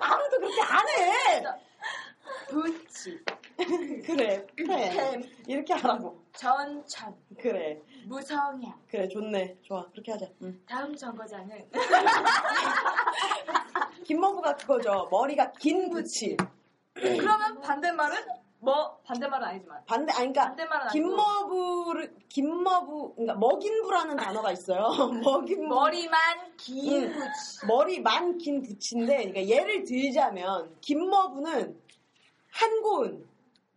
Speaker 1: 아무도 그렇게 안 해.
Speaker 2: 부치
Speaker 1: 그래. 그래.
Speaker 2: 팸.
Speaker 1: 이렇게 하라고.
Speaker 2: 전천
Speaker 1: 그래.
Speaker 2: 무성향
Speaker 1: 그래 좋네. 좋아. 그렇게 하자. 음.
Speaker 2: 다음 정거장은
Speaker 1: 김머구가 그거죠. 머리가 긴 부치.
Speaker 2: 그러면 반대말은 뭐 반대말은 아니지만
Speaker 1: 반대, 아니, 그니까,
Speaker 2: 반대말은 아니고.
Speaker 1: 김머부를, 김머부, 그니까, 그러니까 먹인부라는 단어가 있어요. 먹인부.
Speaker 2: 머리만 긴
Speaker 1: 음.
Speaker 2: 부치
Speaker 1: 머리만 긴 부치인데, 그러니까 예를 들자면, 김머부는 한고은,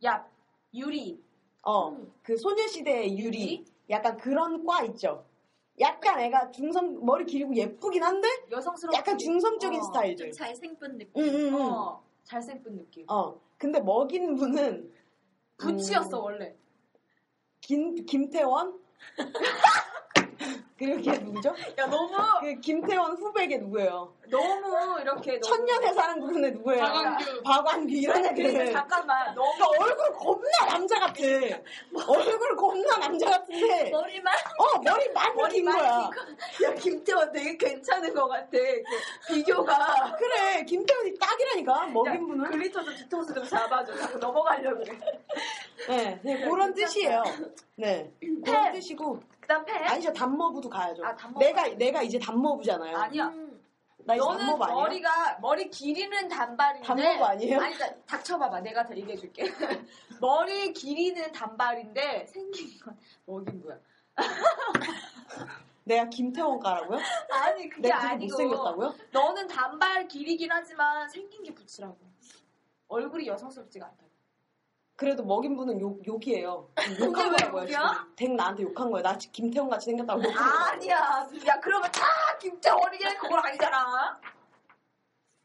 Speaker 2: 야 유리
Speaker 1: 어, 그 소녀시대의 유리, 약간 그런 과 있죠. 약간 애가 중성, 머리 길고 예쁘긴 한데,
Speaker 2: 여성스러운
Speaker 1: 약간 중성적인
Speaker 2: 어,
Speaker 1: 스타일들.
Speaker 2: 잘생분 느낌
Speaker 1: 응, 응, 응.
Speaker 2: 어 잘생분 느낌
Speaker 1: 어, 근데 먹인부는,
Speaker 2: 부치였어 원래
Speaker 1: 김, 김태원? 그리고 걔 누구죠?
Speaker 2: 야 너무
Speaker 1: 그 김태원 후배게 누구예요?
Speaker 2: 너무 이렇게 너무-
Speaker 1: 천년의 사랑 부른 애 누구예요?
Speaker 3: 박완규.
Speaker 1: 박완규 이런
Speaker 2: 근데
Speaker 1: 애들.
Speaker 2: 잠깐만 너무
Speaker 1: 그러니까 얼굴 겁나 남자 같아. 얼굴 겁나 남자 같은데.
Speaker 2: 머리만
Speaker 1: 어 머리 많이 긴
Speaker 2: 머리만
Speaker 1: 거야.
Speaker 2: 긴 거. 야 김태원 되게 괜찮은 것 같아 그 비교가
Speaker 1: 아, 그래 김태원이 딱이라니까 먹인 분은.
Speaker 2: 글리터도 뒤통수 좀 잡아줘 자꾸 넘어가려고 그래
Speaker 1: 네, 네 그런 뜻이에요. 네 그런 뜻이고
Speaker 2: 그 다음 팬
Speaker 1: 아니죠 단머부도 가야죠.
Speaker 2: 아, 단머부.
Speaker 1: 내가 내가 이제 단머부잖아요.
Speaker 2: 아니야
Speaker 1: 나 이제
Speaker 2: 너는
Speaker 1: 단머부 아니야.
Speaker 2: 머리가 머리 길이는 단발인데
Speaker 1: 단발부 아니에요?
Speaker 2: 아니 나- 닥쳐봐봐 내가 더 얘기해줄게 머리 길이는 단발인데 생긴 건 뭐긴 뭐야
Speaker 1: 내가 김태원 가라고요?
Speaker 2: 아니 그게
Speaker 1: 내가 그렇게
Speaker 2: 아니고
Speaker 1: 못생겼다고요?
Speaker 2: 너는 단발 길이긴 하지만 생긴 게 붙이라고 얼굴이 여성스럽지가 않다
Speaker 1: 그래도 먹인 분은 욕, 욕이에요. 욕한
Speaker 2: 왜
Speaker 1: 거야, 뭐야.
Speaker 2: 욕이야?
Speaker 1: 지금. 댕 나한테 욕한 거야. 나 지금 김태훈 같이 생겼다고. 욕한 거야.
Speaker 2: 아니야 야 그러면 다 김태원이래 그건 아니잖아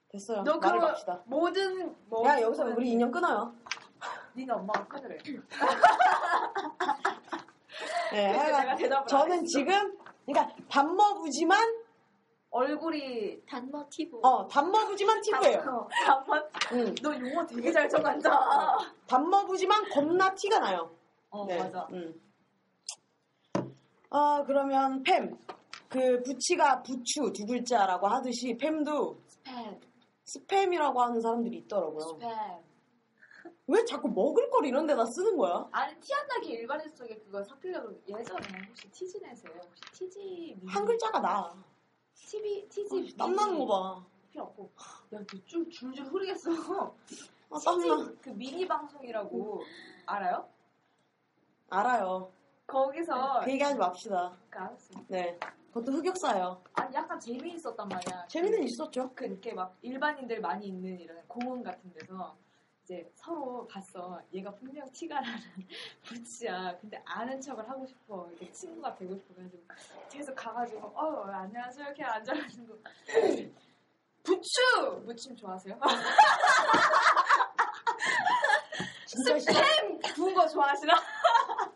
Speaker 1: 됐어요.
Speaker 2: 너
Speaker 1: 말을
Speaker 2: 그거
Speaker 1: 맙시다.
Speaker 2: 모든 뭐
Speaker 1: 야, 여기서 우리 인연 끊어요.
Speaker 2: 니네 엄마가 끊으래
Speaker 1: 네,
Speaker 2: 그래서
Speaker 1: 하여간
Speaker 2: 내가 대답을 안
Speaker 1: 저는
Speaker 2: 했어.
Speaker 1: 지금, 그러니까 단머부지만,
Speaker 2: 얼굴이
Speaker 4: 단머 어, 티브.
Speaker 1: 어, 단머부지만 티브예요. 어.
Speaker 2: 잠깐만
Speaker 1: 응.
Speaker 2: 너 용어 되게 잘 쳐간다
Speaker 1: 단머부지만 겁나 티가 나요.
Speaker 2: 어
Speaker 1: 어. 네.
Speaker 2: 맞아
Speaker 1: 음. 아, 그러면 팸. 그 부치가 부추 두 글자라고 하듯이 팸도
Speaker 2: 스팸
Speaker 1: 스팸이라고 하는 사람들이 있더라고요.
Speaker 2: 스팸
Speaker 1: 왜 자꾸 먹을 걸 이런 데다 쓰는 거야?
Speaker 2: 아니 티 안 나게 일반인 쪽에 그거 섞으려고 예전에 혹시 티진에서 혹시 티지
Speaker 1: 한 글자가
Speaker 2: 음.
Speaker 1: 나.
Speaker 2: 티비 티지
Speaker 1: 땀나는 거 봐.
Speaker 2: 필요 없고 야너좀 줄줄 흐르겠어
Speaker 1: 아, 땀나.
Speaker 2: 티지 그 미니 방송이라고 알아요?
Speaker 1: 알아요.
Speaker 2: 거기서
Speaker 1: 그 얘기하지 맙시다.
Speaker 2: 그러니까 알았어
Speaker 1: 네. 그것도 흑역사예요.
Speaker 2: 아니 약간 재미있었단 말이야
Speaker 1: 재미는 있었죠.
Speaker 2: 그 이렇게 막 일반인들 많이 있는 이런 공원 같은 데서 이제 서로 봤어. 얘가 분명 티가 나는 부치야. 근데 아는 척을 하고 싶어. 이렇게 친구가 되고 싶어. 그래가지고 계속 가가지고 어 안녕하세요 이렇게 앉아가지고
Speaker 1: 아,
Speaker 2: 부추 무침 좋아하세요?
Speaker 1: 진짜 싫어.
Speaker 2: 구운 거 좋아하시나?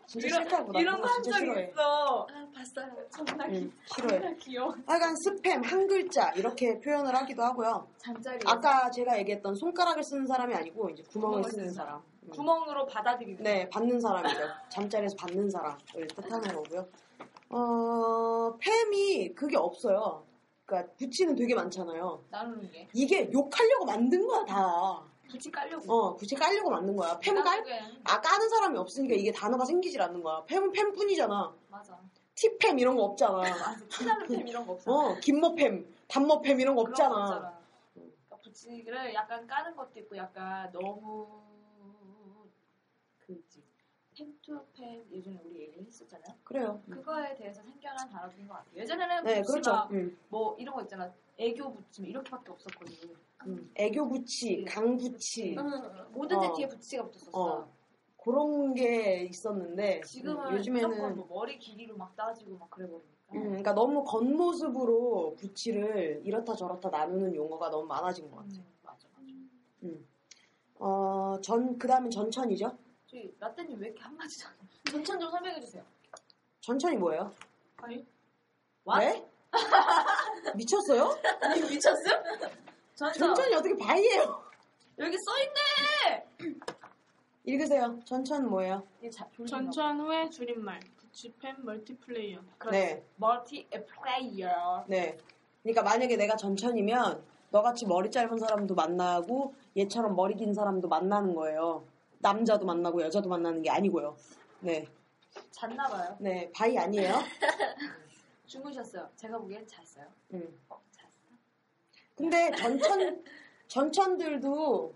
Speaker 1: 진짜 어, 싫다구나. 아,
Speaker 2: 이런 거 한
Speaker 1: 진짜
Speaker 2: 적
Speaker 1: 싫어해. 네.
Speaker 2: 있어.
Speaker 4: 아, 봤어요. 정말
Speaker 1: 응,
Speaker 4: 기-
Speaker 1: 싫어해.
Speaker 4: 정말 귀여워.
Speaker 1: 약간 스팸 한 글자 이렇게 표현을 하기도 하고요.
Speaker 2: 잠자리.
Speaker 1: 아까 제가 얘기했던 손가락을 쓰는 사람이 아니고 이제 구멍을 쓰는 사람. 음.
Speaker 2: 구멍으로 받아들이는.
Speaker 1: 네, 받는 사람이죠. 잠자리에서 받는 사람을 뜻하는 거고요. 어, 팸이 그게 없어요. 그러니까 부치는 되게 많잖아요.
Speaker 2: 나누는 게.
Speaker 1: 이게 욕하려고 만든 거야, 다.
Speaker 2: 같이 깔려고.
Speaker 1: 어, 부치 깔려고 만든 거야. 팸 깔?
Speaker 2: 나누게.
Speaker 1: 아, 까는 사람이 없으니까 이게 단어가 생기질 않는 거야. 팸은 팸뿐이잖아.
Speaker 2: 맞아.
Speaker 1: 티팸 이런 거 없잖아.
Speaker 2: 맞아. 피나는 팸 이런 거 없어.
Speaker 1: 어, 김모팸, 단모팸 이런 거 없잖아.
Speaker 2: 그러니까 부치기를 약간 까는 것도 있고 약간 너무 그지 팸투팸 예전에 우리 얘기를 했었잖아요.
Speaker 1: 그래요.
Speaker 2: 그거에 대해서 생겨난 단어인 것 같아요. 예전에는
Speaker 1: 음. 네,
Speaker 2: 부치가
Speaker 1: 그렇죠. 음,
Speaker 2: 뭐 이런 거 있잖아. 애교 부치면 이렇게밖에 없었거든.
Speaker 1: 음. 애교 부치, 강 부치,
Speaker 4: 응.
Speaker 2: 모든 데
Speaker 1: 어.
Speaker 2: 뒤에 부치가 붙었었어.
Speaker 1: 어, 그런 게 있었는데,
Speaker 2: 지금은
Speaker 1: 음, 요즘에는
Speaker 2: 무조건 뭐 머리 길이로 막 따지고 막 그래 버리니까.
Speaker 1: 음, 그러니까 너무 겉모습으로 부치를 이렇다 저렇다 나누는 용어가 너무 많아진 것 같아요.
Speaker 2: 음, 맞아 맞아.
Speaker 1: 어, 전, 그 다음에 전천이죠?
Speaker 2: 저희 라떼님 왜 이렇게 한마디도 안 해? 전천 좀 설명해 주세요.
Speaker 1: 전천이 뭐예요?
Speaker 3: 아니,
Speaker 1: 왜? 미쳤어요?
Speaker 2: 아니 미쳤음? 전천
Speaker 1: 전천이 어떻게 바이예요?
Speaker 2: 여기 써 있네.
Speaker 1: 읽으세요. 전천 뭐예요?
Speaker 2: 이게 자-
Speaker 3: 전천 후에 줄임말, 부치팸 멀티플레이어.
Speaker 2: 그렇지.
Speaker 1: 네,
Speaker 2: 멀티 플레이어.
Speaker 1: 네. 그러니까 만약에 내가 전천이면 너같이 머리 짧은 사람도 만나고 얘처럼 머리 긴 사람도 만나는 거예요. 남자도 만나고 여자도 만나는 게 아니고요. 네,
Speaker 2: 잤나 봐요.
Speaker 1: 네, 바이 아니에요?
Speaker 2: 주무셨어요. 제가 보기엔 잤어요.
Speaker 1: 음.
Speaker 2: 어, 잤어.
Speaker 1: 근데 전천 전천들도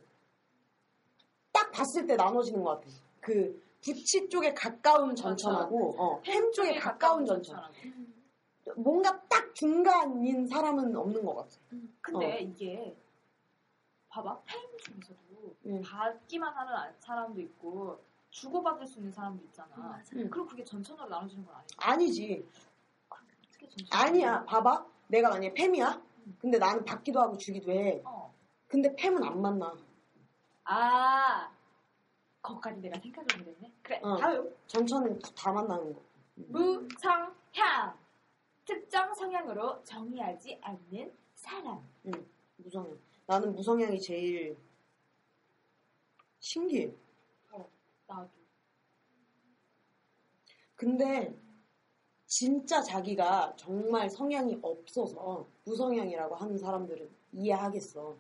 Speaker 1: 딱 봤을 때 나눠지는 것 같아. 그 부치 쪽에 가까운 전천하고 어, 햄 쪽에 가까운 전천. 뭔가 딱 중간인 사람은 없는 것 같아. 어.
Speaker 2: 근데 이게 봐봐 팬 중에서도
Speaker 1: 음.
Speaker 2: 받기만 하는 아- 사람도 있고 주고받을 수 있는 사람도 있잖아.
Speaker 4: 어, 맞아.
Speaker 1: 음.
Speaker 2: 그럼 그게 전천으로 나눠지는 건 아니야?
Speaker 1: 아니지.
Speaker 2: 어떻게 전천?
Speaker 1: 아니야. 봐봐. 내가 만약에 팸이야. 근데 나는 받기도 하고 주기도 해.
Speaker 2: 어.
Speaker 1: 근데 팸은 안 만나.
Speaker 2: 아. 거기까지 내가 생각을 못했네. 그래.
Speaker 1: 어.
Speaker 2: 다음
Speaker 1: 전천은 다 만나는 거.
Speaker 2: 무성향 특정 성향으로 정의하지 않는 사람.
Speaker 1: 무성향. 나는 무성향이 제일 신기해.
Speaker 2: 나도.
Speaker 1: 근데 진짜 자기가 정말 성향이 없어서 무성향이라고 하는 사람들은 이해하겠어.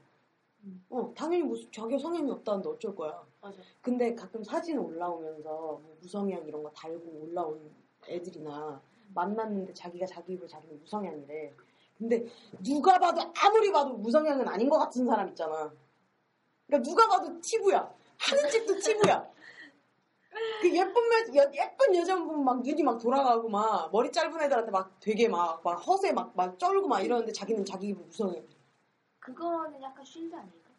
Speaker 2: 음.
Speaker 1: 어, 당연히 무슨 자기가 성향이 없다는데 어쩔 거야.
Speaker 2: 맞아.
Speaker 1: 근데 가끔 사진 올라오면서 뭐 무성향 이런 거 달고 올라온 애들이나 만났는데 자기가 자기 입을 자기는 무성향이래. 근데 누가 봐도 아무리 봐도 무성향은 아닌 것 같은 사람 있잖아. 그러니까 누가 봐도 티브야. 하는 짓도 티브야. 그 예쁜 매, 여, 예쁜 여자만 보면 막 눈이 막 돌아가고 막 머리 짧은 애들한테 막 되게 막, 막 허세 막, 막 쩔고 막 이러는데 자기는 자기 입을 무성해.
Speaker 2: 그거는 약간 쉴드 아닐까?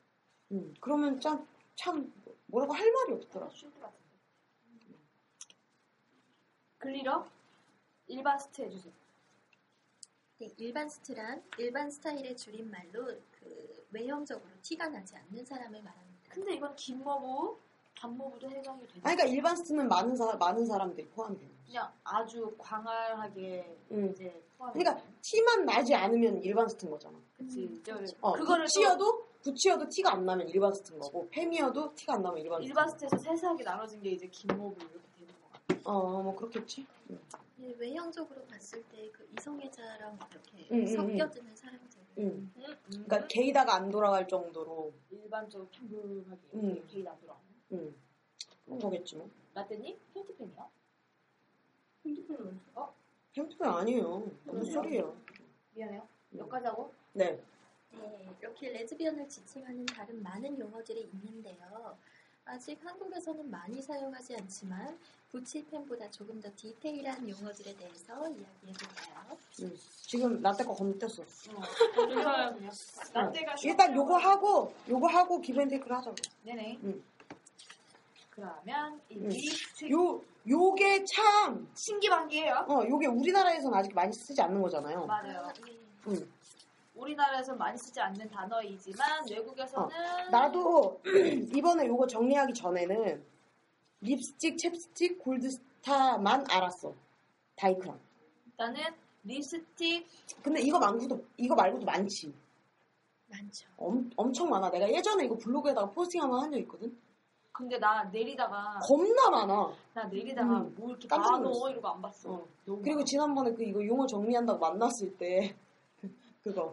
Speaker 1: 음, 그러면 참, 참 뭐라고 할 말이 없더라.
Speaker 2: 약간 쉴드 같은데. 글리러 일반 스트 해주세요.
Speaker 4: 네, 일반 스트란 일반 스타일의 줄임말로 그 외형적으로 티가 나지 않는 사람을 말합니다.
Speaker 2: 근데 이건 긴 머브, 단머브도 해당이 되죠.
Speaker 1: 아니, 그러니까 일반 스트는 많은 사 많은 사람들이 포함돼요.
Speaker 2: 그냥 아주 광활하게
Speaker 1: 음.
Speaker 2: 이제 포함해.
Speaker 1: 그러니까 티만 나지 않으면 일반 스트인 거잖아.
Speaker 4: 음,
Speaker 2: 그치. 이제
Speaker 4: 그렇죠.
Speaker 1: 어,
Speaker 2: 그거를 또
Speaker 1: 부치여도 부치여도 티가 안 나면 일반 스트인 거고 팸이어도 티가 안 나면 일반 스트.
Speaker 2: 일반 스트에서 세세하게 나눠진 게 이제 긴 머브 이렇게 되는 거 같아.
Speaker 1: 어, 뭐 그렇겠지.
Speaker 4: 네, 외형적으로 봤을 때 그 이성애자랑 이렇게
Speaker 1: 음, 음,
Speaker 4: 섞여드는 사람들.
Speaker 1: 음.
Speaker 2: 음, 음.
Speaker 1: 그러니까 게이다가 안 돌아갈 정도로
Speaker 2: 일반적으로 평범하게
Speaker 1: 음.
Speaker 2: 이렇게 개인 안 돌아오는.
Speaker 1: 음. 그런 거겠지 뭐.
Speaker 2: 라떼님 팬티팬이요?
Speaker 3: 핸드폰을
Speaker 2: 어?
Speaker 1: 팸프는 아니에요. 무슨
Speaker 2: 그럼요.
Speaker 1: 소리예요?
Speaker 2: 미안해요. 음. 여기까지 하고
Speaker 1: 네.
Speaker 4: 네, 이렇게 레즈비언을 지칭하는 다른 많은 용어들이 있는데요. 아직 한국에서는 많이 사용하지 않지만 부치팬보다 조금 더 디테일한 용어들에 대해서 이야기해볼까요?
Speaker 1: 음. 지금 라떼 거 건너뛰었어.
Speaker 3: 괜찮아요.
Speaker 2: 라떼가
Speaker 1: 일단
Speaker 2: 쇼핑을
Speaker 1: 요거 하고 요거 하고 기본 테이크를 하자고.
Speaker 2: 네네.
Speaker 1: 음.
Speaker 2: 그러면
Speaker 1: 음.
Speaker 2: 이미 음.
Speaker 1: 요 요게 참
Speaker 2: 신기반기예요.
Speaker 1: 어, 요게 우리나라에서는 아직 많이 쓰지 않는 거잖아요.
Speaker 2: 맞아요.
Speaker 4: 예.
Speaker 1: 음.
Speaker 2: 우리나라에서 많이 쓰지 않는
Speaker 1: 어.
Speaker 2: 단어이지만 외국에서는
Speaker 1: 나도 이번에 요거 정리하기 전에는 립스틱, 챕스틱, 골드스타만 알았어. 다이크랑.
Speaker 2: 일단은 립스틱
Speaker 1: 근데 이거 말고도 이거 말고도 많지.
Speaker 2: 많죠.
Speaker 1: 엄, 엄청 많아. 내가 예전에 이거 블로그에다가 포스팅 한번 한 적 있거든.
Speaker 2: 근데 나 내리다가
Speaker 1: 겁나 많아.
Speaker 2: 나 내리다가
Speaker 1: 음,
Speaker 2: 뭐 이렇게
Speaker 1: 깜짝
Speaker 2: 봐도
Speaker 1: 놀랐어.
Speaker 2: 이러고 안 봤어.
Speaker 1: 어. 그리고 지난번에 그 이거 용어 정리한다고 만났을 때 그거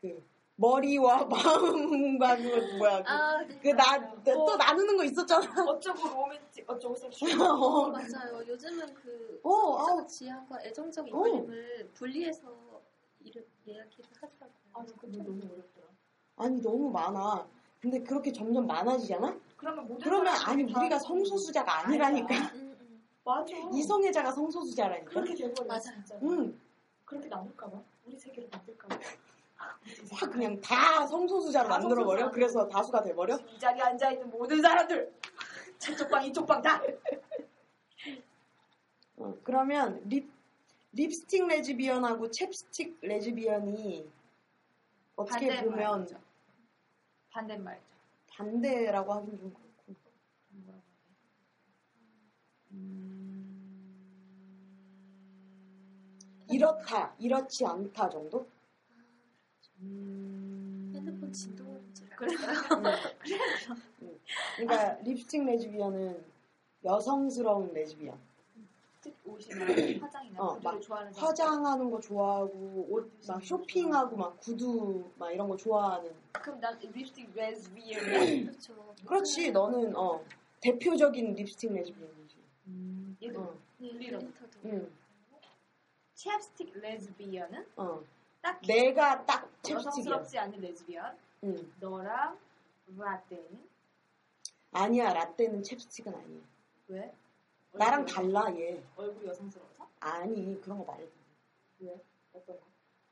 Speaker 1: 그 머리와 마음과 그 뭐야
Speaker 4: 아, 네.
Speaker 1: 그나또 나누는 거 있었잖아.
Speaker 2: 어쩌고 로맨틱 어쩌고 섹슈.
Speaker 4: 어,
Speaker 1: 어.
Speaker 4: 맞아요. 요즘은 그
Speaker 1: 어,
Speaker 4: 성적
Speaker 1: 아우.
Speaker 4: 지향과 애정적
Speaker 1: 어.
Speaker 4: 이끌림을 분리해서 이름 이야기를 하더라고요.
Speaker 2: 아, 나 그거 너무 어렵더라.
Speaker 1: 아니 너무 많아. 근데 그렇게 점점 많아지잖아?
Speaker 2: 그러면 모든
Speaker 1: 그러면 아니
Speaker 2: 사람들이 다-
Speaker 1: 우리가 성소수자가 아니라니까.
Speaker 4: 음, 음.
Speaker 2: 맞아.
Speaker 1: 어. 이성애자가 성소수자라니까.
Speaker 2: 그렇게 돼버려.
Speaker 4: 맞아.
Speaker 2: 진짜.
Speaker 1: 응.
Speaker 2: 그렇게 나눌까봐. 우리 세계를 만들까봐.
Speaker 1: 확 그냥 다 성소수자로
Speaker 2: 다
Speaker 1: 만들어버려?
Speaker 2: 성소수자.
Speaker 1: 그래서 다수가 돼버려?
Speaker 2: 이 자리에 앉아있는 모든 사람들. 저쪽 방, 이쪽 방 다.
Speaker 1: 어, 그러면 립, 립스틱 레즈비언하고 챕스틱 레즈비언이 어떻게 보면
Speaker 2: 반대말이죠. 반대말이죠.
Speaker 1: 반대라고 하긴 좀 그렇고.
Speaker 2: 뭐라고 하지? 음...
Speaker 1: 이렇다, 이렇지 않다 정도?
Speaker 4: 핸드폰 진동을 문제라.
Speaker 1: 그러니까
Speaker 2: 아.
Speaker 1: 립스틱 레즈비언은 여성스러운 레즈비언.
Speaker 2: 특 옷이나 화장이나
Speaker 1: 어,
Speaker 2: 구두를
Speaker 1: 막
Speaker 2: 좋아하는 사람.
Speaker 1: 화장하는 거 좋아하고, 옷 막 쇼핑하고, 막 구두 막 이런 거 좋아하는.
Speaker 2: 그럼 난 립스틱 레즈 위에 뭐
Speaker 4: 그렇죠.
Speaker 1: 그렇지, 너는 어, 대표적인 립스틱 레즈비언이지.
Speaker 2: 얘도
Speaker 1: 어,
Speaker 4: 네,
Speaker 2: 분리로.
Speaker 4: 데이터도.
Speaker 1: 응,
Speaker 2: 챕스틱 레즈비언은
Speaker 1: 어.
Speaker 2: 딱히
Speaker 1: 내가 딱 챕스틱이야.
Speaker 2: 여성스럽지 않은 레즈비언
Speaker 1: 응.
Speaker 2: 너랑 라떼는
Speaker 1: 아니야, 라떼는 챕스틱은 아니야.
Speaker 2: 왜?
Speaker 1: 나랑
Speaker 2: 얼굴-
Speaker 1: 달라, 얘.
Speaker 2: 얼굴이 여성스러워서?
Speaker 1: 아니, 그런 거 말고.
Speaker 2: 어떤 거?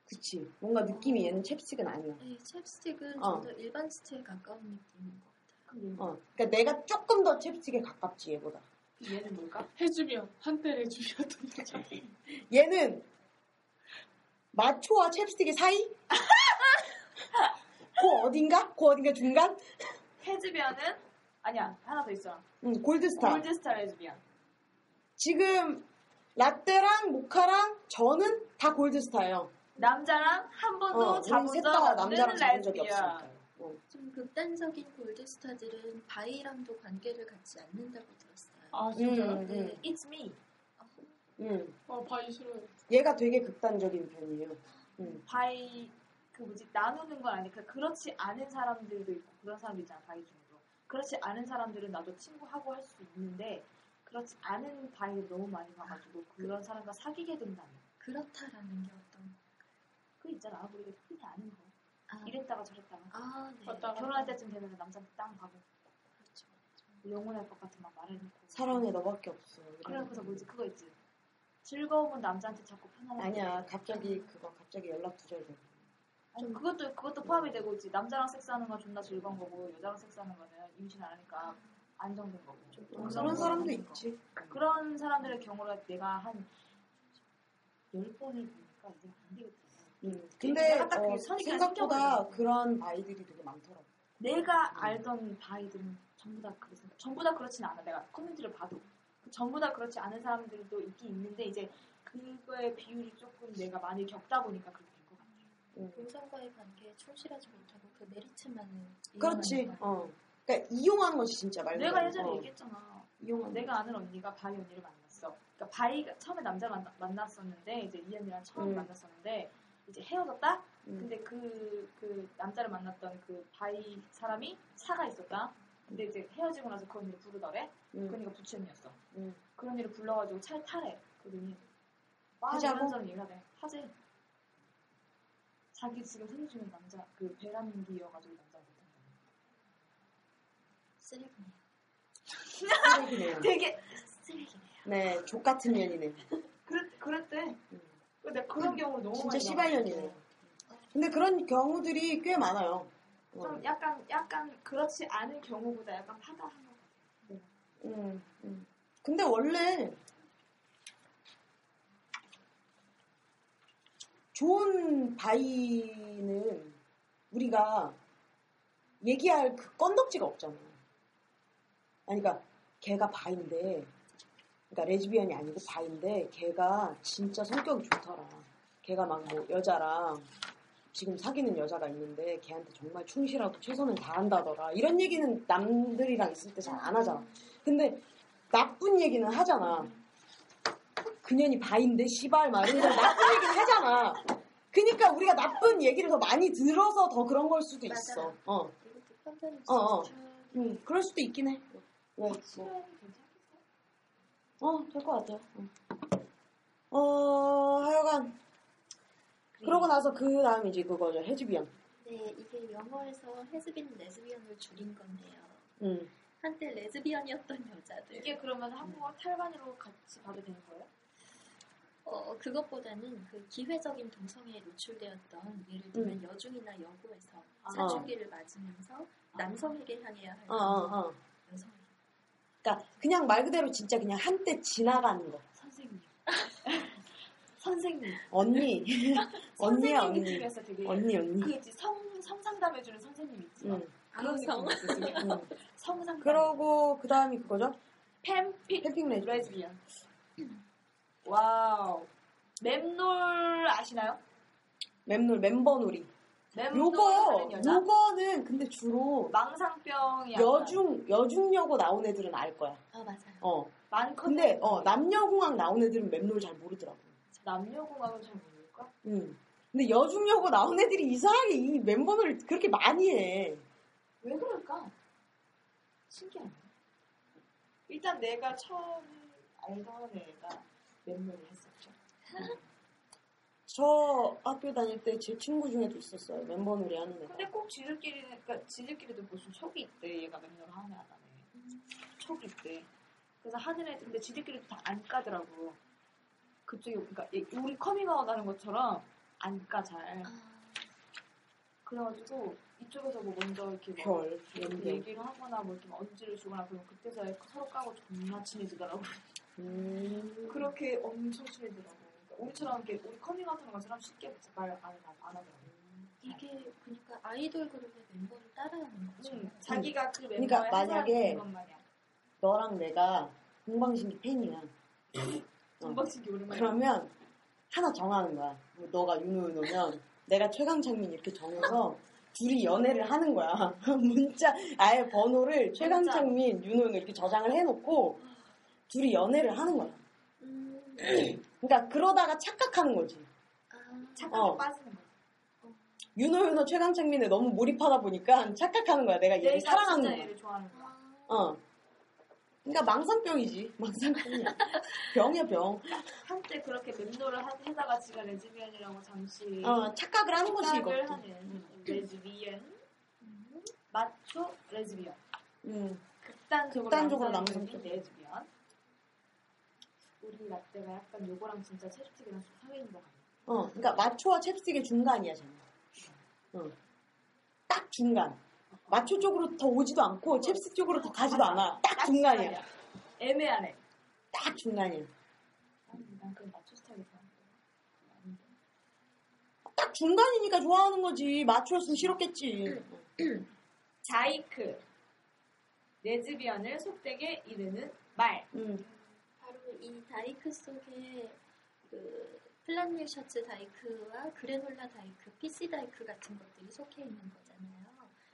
Speaker 1: 그치. 뭔가 느낌이 얘는 챕스틱은 아니야.
Speaker 4: 네, 챕스틱은
Speaker 1: 어.
Speaker 4: 좀 더 일반 스틱에 가까운 느낌인 것 같아요.
Speaker 2: 그럼 얘는,
Speaker 1: 어. 그러니까 내가 조금 더 챕스틱에 가깝지, 얘보다.
Speaker 2: 그럼 얘는 뭘까?
Speaker 3: 해주면 한때 해주셨던 거죠.
Speaker 1: 얘는 마초와 챕스틱의 사이? 그 어딘가? 그 어딘가 중간?
Speaker 2: 헤즈비언은 아니야 하나 더 있어.
Speaker 1: 응, 골드스타.
Speaker 2: 골드스타 레즈비언.
Speaker 1: 지금 라떼랑 모카랑 저는 다 골드스타예요. 어,
Speaker 2: 남자랑 한 번도
Speaker 1: 우리
Speaker 2: 잡은
Speaker 1: 셋
Speaker 2: 적
Speaker 1: 다
Speaker 2: 없는 음,
Speaker 1: 남자랑 잡은 적이
Speaker 2: 레즈비언.
Speaker 1: 없으니까. 어.
Speaker 4: 좀 극단적인 골드스타들은 바이랑도 관계를 갖지 않는다고 들었어요.
Speaker 3: 아 진짜.
Speaker 1: 음,
Speaker 4: 네.
Speaker 1: 음,
Speaker 2: It's me.
Speaker 1: 음.
Speaker 3: 어 바이 싫어요.
Speaker 1: 얘가 되게 극단적인 편이에요. 음.
Speaker 2: 바이 그 뭐지 나누는 건 아니니까 그렇지 않은 사람들도 있고 그런 사람도 있잖아 바이 중에도 그렇지 않은 사람들은 나도 친구하고 할 수 있는데 그렇지 않은 바이를 너무 많이 봐가지고 그런 사람과 사귀게 된다면
Speaker 4: 그렇다라는 게 어떤
Speaker 2: 그 있잖아 우리가 흔히 아는 거
Speaker 4: 아,
Speaker 2: 이랬다가 저랬다가
Speaker 4: 아 네.
Speaker 3: 맞다.
Speaker 2: 결혼할 때쯤 되면 남자한테 땅 가고
Speaker 4: 그렇죠.
Speaker 2: 영혼할 것 같은 막 말을 해놓고
Speaker 1: 사랑해 너밖에 없어.
Speaker 2: 그래 그래서 뭐지 그거 있지 즐거움은 남자한테 자꾸 편안하게
Speaker 1: 아니야 갑자기 그거 갑자기 연락
Speaker 2: 어,
Speaker 1: 두절돼.
Speaker 2: 아니, 그것도 그것도 포함이 되고 있지 남자랑 섹스하는 건 존나 즐거운 거고 여자랑 섹스하는 거는 임신 안 하니까 안정된 거고
Speaker 1: 그런 사람도 있지.
Speaker 2: 그런 사람들의 경우가 내가 한 10번을 보니까 이제 안 되겠다.
Speaker 1: 음. 근데
Speaker 2: 약간 딱
Speaker 1: 어,
Speaker 2: 그 선입견
Speaker 1: 생각보다
Speaker 2: 생겨버리는 거.
Speaker 1: 그런 바이들이 되게 많더라고.
Speaker 2: 내가 알던 바이들은 전부 다 그래서 전부 다 그렇진 않아. 내가 커뮤니티를 봐도 그 전부 다 그렇지 않은 사람들도 있긴 있는데 이제 그거의 비율이 조금 내가 많이 겪다 보니까 그렇게 된 것 같아. 음.
Speaker 4: 동성과의 관계에 충실하지 못하고 그 메리트만을
Speaker 1: 그렇지.
Speaker 4: 이용하는 거.
Speaker 1: 어. 그러니까 이용하는 것이 진짜 말 그대로.
Speaker 2: 내가 음. 예전에
Speaker 1: 어.
Speaker 2: 얘기했잖아.
Speaker 1: 이용하는.
Speaker 2: 내가 아는 언니가 바이 언니를 만났어. 그러니까 바이가 처음에 남자를 만나- 만났었는데 이제 이 언니랑 처음
Speaker 1: 음.
Speaker 2: 만났었는데 이제 헤어졌다.
Speaker 1: 음.
Speaker 2: 근데 그, 그 남자를 만났던 그 바이 사람이 차가 있었다. 근데 이제 헤어지고 나서 그 언니를 부르더래.
Speaker 1: 음.
Speaker 2: 그 언니가 부천이었어.
Speaker 1: 음.
Speaker 2: 그 언니를 불러가지고 차를 타래. 그러더니 와
Speaker 1: 하자고?
Speaker 2: 이런저런 얘기를 하대. 하지. 자기 지금 생애 중에 남자 그 배란기여가지고 남자 못한다.
Speaker 4: 쓰레기네요.
Speaker 1: 쓰레기네요.
Speaker 2: 되게
Speaker 4: 쓰레기네요.
Speaker 1: 네, 족 같은 년이네.
Speaker 2: 그랬 그랬대. 음. 근데 그런 경우 너무
Speaker 1: 음. 진짜
Speaker 2: 많이
Speaker 1: 시발년이네.
Speaker 2: 나와가지고.
Speaker 1: 근데 그런 경우들이 꽤 많아요. 어.
Speaker 2: 좀 약간 약간 그렇지 않은 경우보다 약간 파다한 거.
Speaker 1: 음, 음. 근데 원래 좋은 바이는 우리가 얘기할 그 건덕지가 없잖아. 아니, 그러니까 걔가 바인데, 그러니까 레즈비언이 아니고 바인데, 걔가 진짜 성격이 좋더라. 걔가 막 뭐 여자랑 지금 사귀는 여자가 있는데 걔한테 정말 충실하고 최선을 다한다더라. 이런 얘기는 남들이랑 있을 때 잘 안 하잖아. 근데 나쁜 얘기는 하잖아. 그년이 바인데 시발 막 이런 나쁜 얘기는 하잖아. 그러니까 우리가 나쁜 얘기를 더 많이 들어서 더 그런 걸 수도
Speaker 4: 맞아.
Speaker 1: 있어. 어.
Speaker 4: 이것도 편견이
Speaker 1: 어, 어.
Speaker 4: 진짜
Speaker 1: 음, 그럴 수도 있긴 해. 왜? 뭐.
Speaker 4: 싫어하는 게 괜찮겠어요?
Speaker 1: 어, 될 것 같아요. 응. 어, 하여간. 그러고 나서 그 다음에 이제 그거죠. 해주비언.
Speaker 4: 네, 이게 영어에서 헤즈빈 레즈비언을 줄인 건데요.
Speaker 1: 음.
Speaker 4: 한때 레즈비언이었던 여자들.
Speaker 2: 이게 그러면 한국어 탈반으로 같이 봐도 되는 거예요?
Speaker 4: 어, 그것보다는 그 기회적인 동성애에 노출되었던 예를 들면 여중이나 여고에서 사춘기를 맞으면서 남성에게 향해야 할
Speaker 1: 어, 어,
Speaker 4: 아.
Speaker 1: 어.
Speaker 4: 여성
Speaker 1: 그러니까 그냥 말 그대로 진짜 그냥 한때 지나가는 거.
Speaker 2: 선생님.
Speaker 4: 선생님
Speaker 1: 언니. 언니야,
Speaker 2: 선생님
Speaker 1: 언니.
Speaker 2: 중에서 되게
Speaker 1: 언니,
Speaker 2: 그
Speaker 1: 언니.
Speaker 2: 있지 성 성상담해주는 선생님 있지. 아,
Speaker 1: 응.
Speaker 2: 그런
Speaker 4: 성.
Speaker 2: 느낌 있어 지금.
Speaker 1: 응.
Speaker 2: 성상담.
Speaker 1: 그러고 그 다음에 그거죠.
Speaker 2: 팬픽
Speaker 1: 캠핑 레즈.
Speaker 2: 레즈비언. 와우. 맴놀 아시나요?
Speaker 1: 맴놀, 멤버놀이.
Speaker 2: 맴놀
Speaker 1: 요거,
Speaker 2: 하는 여자.
Speaker 1: 요거는 근데 주로
Speaker 2: 망상병이
Speaker 1: 여중, 여중여고 나온 애들은 알 거야.
Speaker 4: 어 맞아요
Speaker 1: 어.
Speaker 2: 많거든.
Speaker 1: 근데, 어, 남녀공학 나온 애들은 맴놀 잘 모르더라고.
Speaker 2: 남녀공학은 잘 모를까?
Speaker 1: 응. 근데 여중여고 나온 애들이 이상하게 이 멤버놀을 그렇게 많이 해.
Speaker 2: 왜 그럴까? 신기하네. 일단 내가 처음 알던 애가 맴놀을 했었죠.
Speaker 1: 저 학교 다닐 때 제 친구 중에도 있었어요. 멤버놀이 하는 애가.
Speaker 2: 근데 꼭 지들끼리는, 그러니까 지들끼리도 무슨 촉이 있대. 얘가 맴놀을 하네, 안 하네. 촉이 있대. 그래서 하는 애, 근데 지들끼리도 다 안 까더라고. 그쪽에, 그러니까 이- 우리 커밍아웃 하는 것처럼 안 까 잘.
Speaker 4: 아,
Speaker 2: 그래가지고 이쪽에서 뭐 먼저 이렇게 뭐
Speaker 1: 별,
Speaker 2: 이렇게
Speaker 1: 연결.
Speaker 2: 얘기를 하거나 뭐 이렇게 막 언지를 주거나 그러면 그때서야 서로 까고 존나 친해지더라고.
Speaker 1: 음.
Speaker 2: 그렇게 엄청 친해지더라고. 그러니까 우리처럼 이렇게 우리 커밍아웃하는 것처럼 쉽게 말안 안, 안 하더라고.
Speaker 1: 음,
Speaker 4: 이게 그러니까 아이돌 그룹의 멤버를 따라하는 거죠
Speaker 2: 응, 자기가 그 멤버의
Speaker 1: 그러니까
Speaker 2: 한
Speaker 1: 만약에 어.
Speaker 2: 사람인 것 마냥.
Speaker 1: 너랑 내가 동방신기 팬이야. 어.
Speaker 2: 동방신기 오랜만에.
Speaker 1: 그러면 하나 정하는 거야. 뭐 너가 윤호윤호면 내가 최강창민 이렇게 정해서 둘이 연애를 하는 거야. 문자 아예 번호를 최강창민 윤호윤호 이렇게 저장을 해놓고 둘이 연애를 하는 거야.
Speaker 4: 음,
Speaker 1: 그러니까 그러다가 착각하는 거지.
Speaker 4: 아,
Speaker 2: 착각에
Speaker 1: 어.
Speaker 2: 빠지는 거야.
Speaker 1: 윤호윤호 최강창민에 너무 몰입하다 보니까 착각하는 거야. 내가 얘를
Speaker 2: 내가
Speaker 1: 그러니까 사랑하는
Speaker 2: 진짜
Speaker 1: 거야.
Speaker 2: 얘를 좋아하는 거야.
Speaker 1: 어. 그러니까 망상병이지. 망상병이야. 병이야 병.
Speaker 2: 한때 그렇게 맴돌을 하- 하다가 지가 레즈비언이라고 잠시
Speaker 1: 어, 착각을 하는 거지 이거. 음,
Speaker 2: 생각을 하는 레즈비언. 마초 레즈비언.
Speaker 1: 음.
Speaker 2: 극단적으로,
Speaker 1: 극단적으로
Speaker 2: 남성적인
Speaker 1: 남성적.
Speaker 2: 레즈비언. 우리 라떼가 약간 요거랑 진짜 체중이랑 사귀는 것 같아.
Speaker 1: 어, 그러니까 마초와 챕스틱의 중간이야, 저는. 어. 딱 중간. 마초 쪽으로 더 오지도 않고 챕스틱 쪽으로 더 가지도 않아. 딱 중간이야.
Speaker 2: 애매하네.
Speaker 1: 딱 중간이야.
Speaker 2: 난 그냥 맞춰 스타일이 좋아하는데. 아닌데.
Speaker 1: 딱 중간이니까 좋아하는 거지. 마초였으면 싫었겠지.
Speaker 2: 자이크. 레즈비언을 속되게 이르는 말.
Speaker 1: 음.
Speaker 4: 바로 이 다이크 속에 그 플란넬 셔츠 다이크와 그래놀라 다이크, PC 다이크 같은 것들이 속해 있는 거잖아요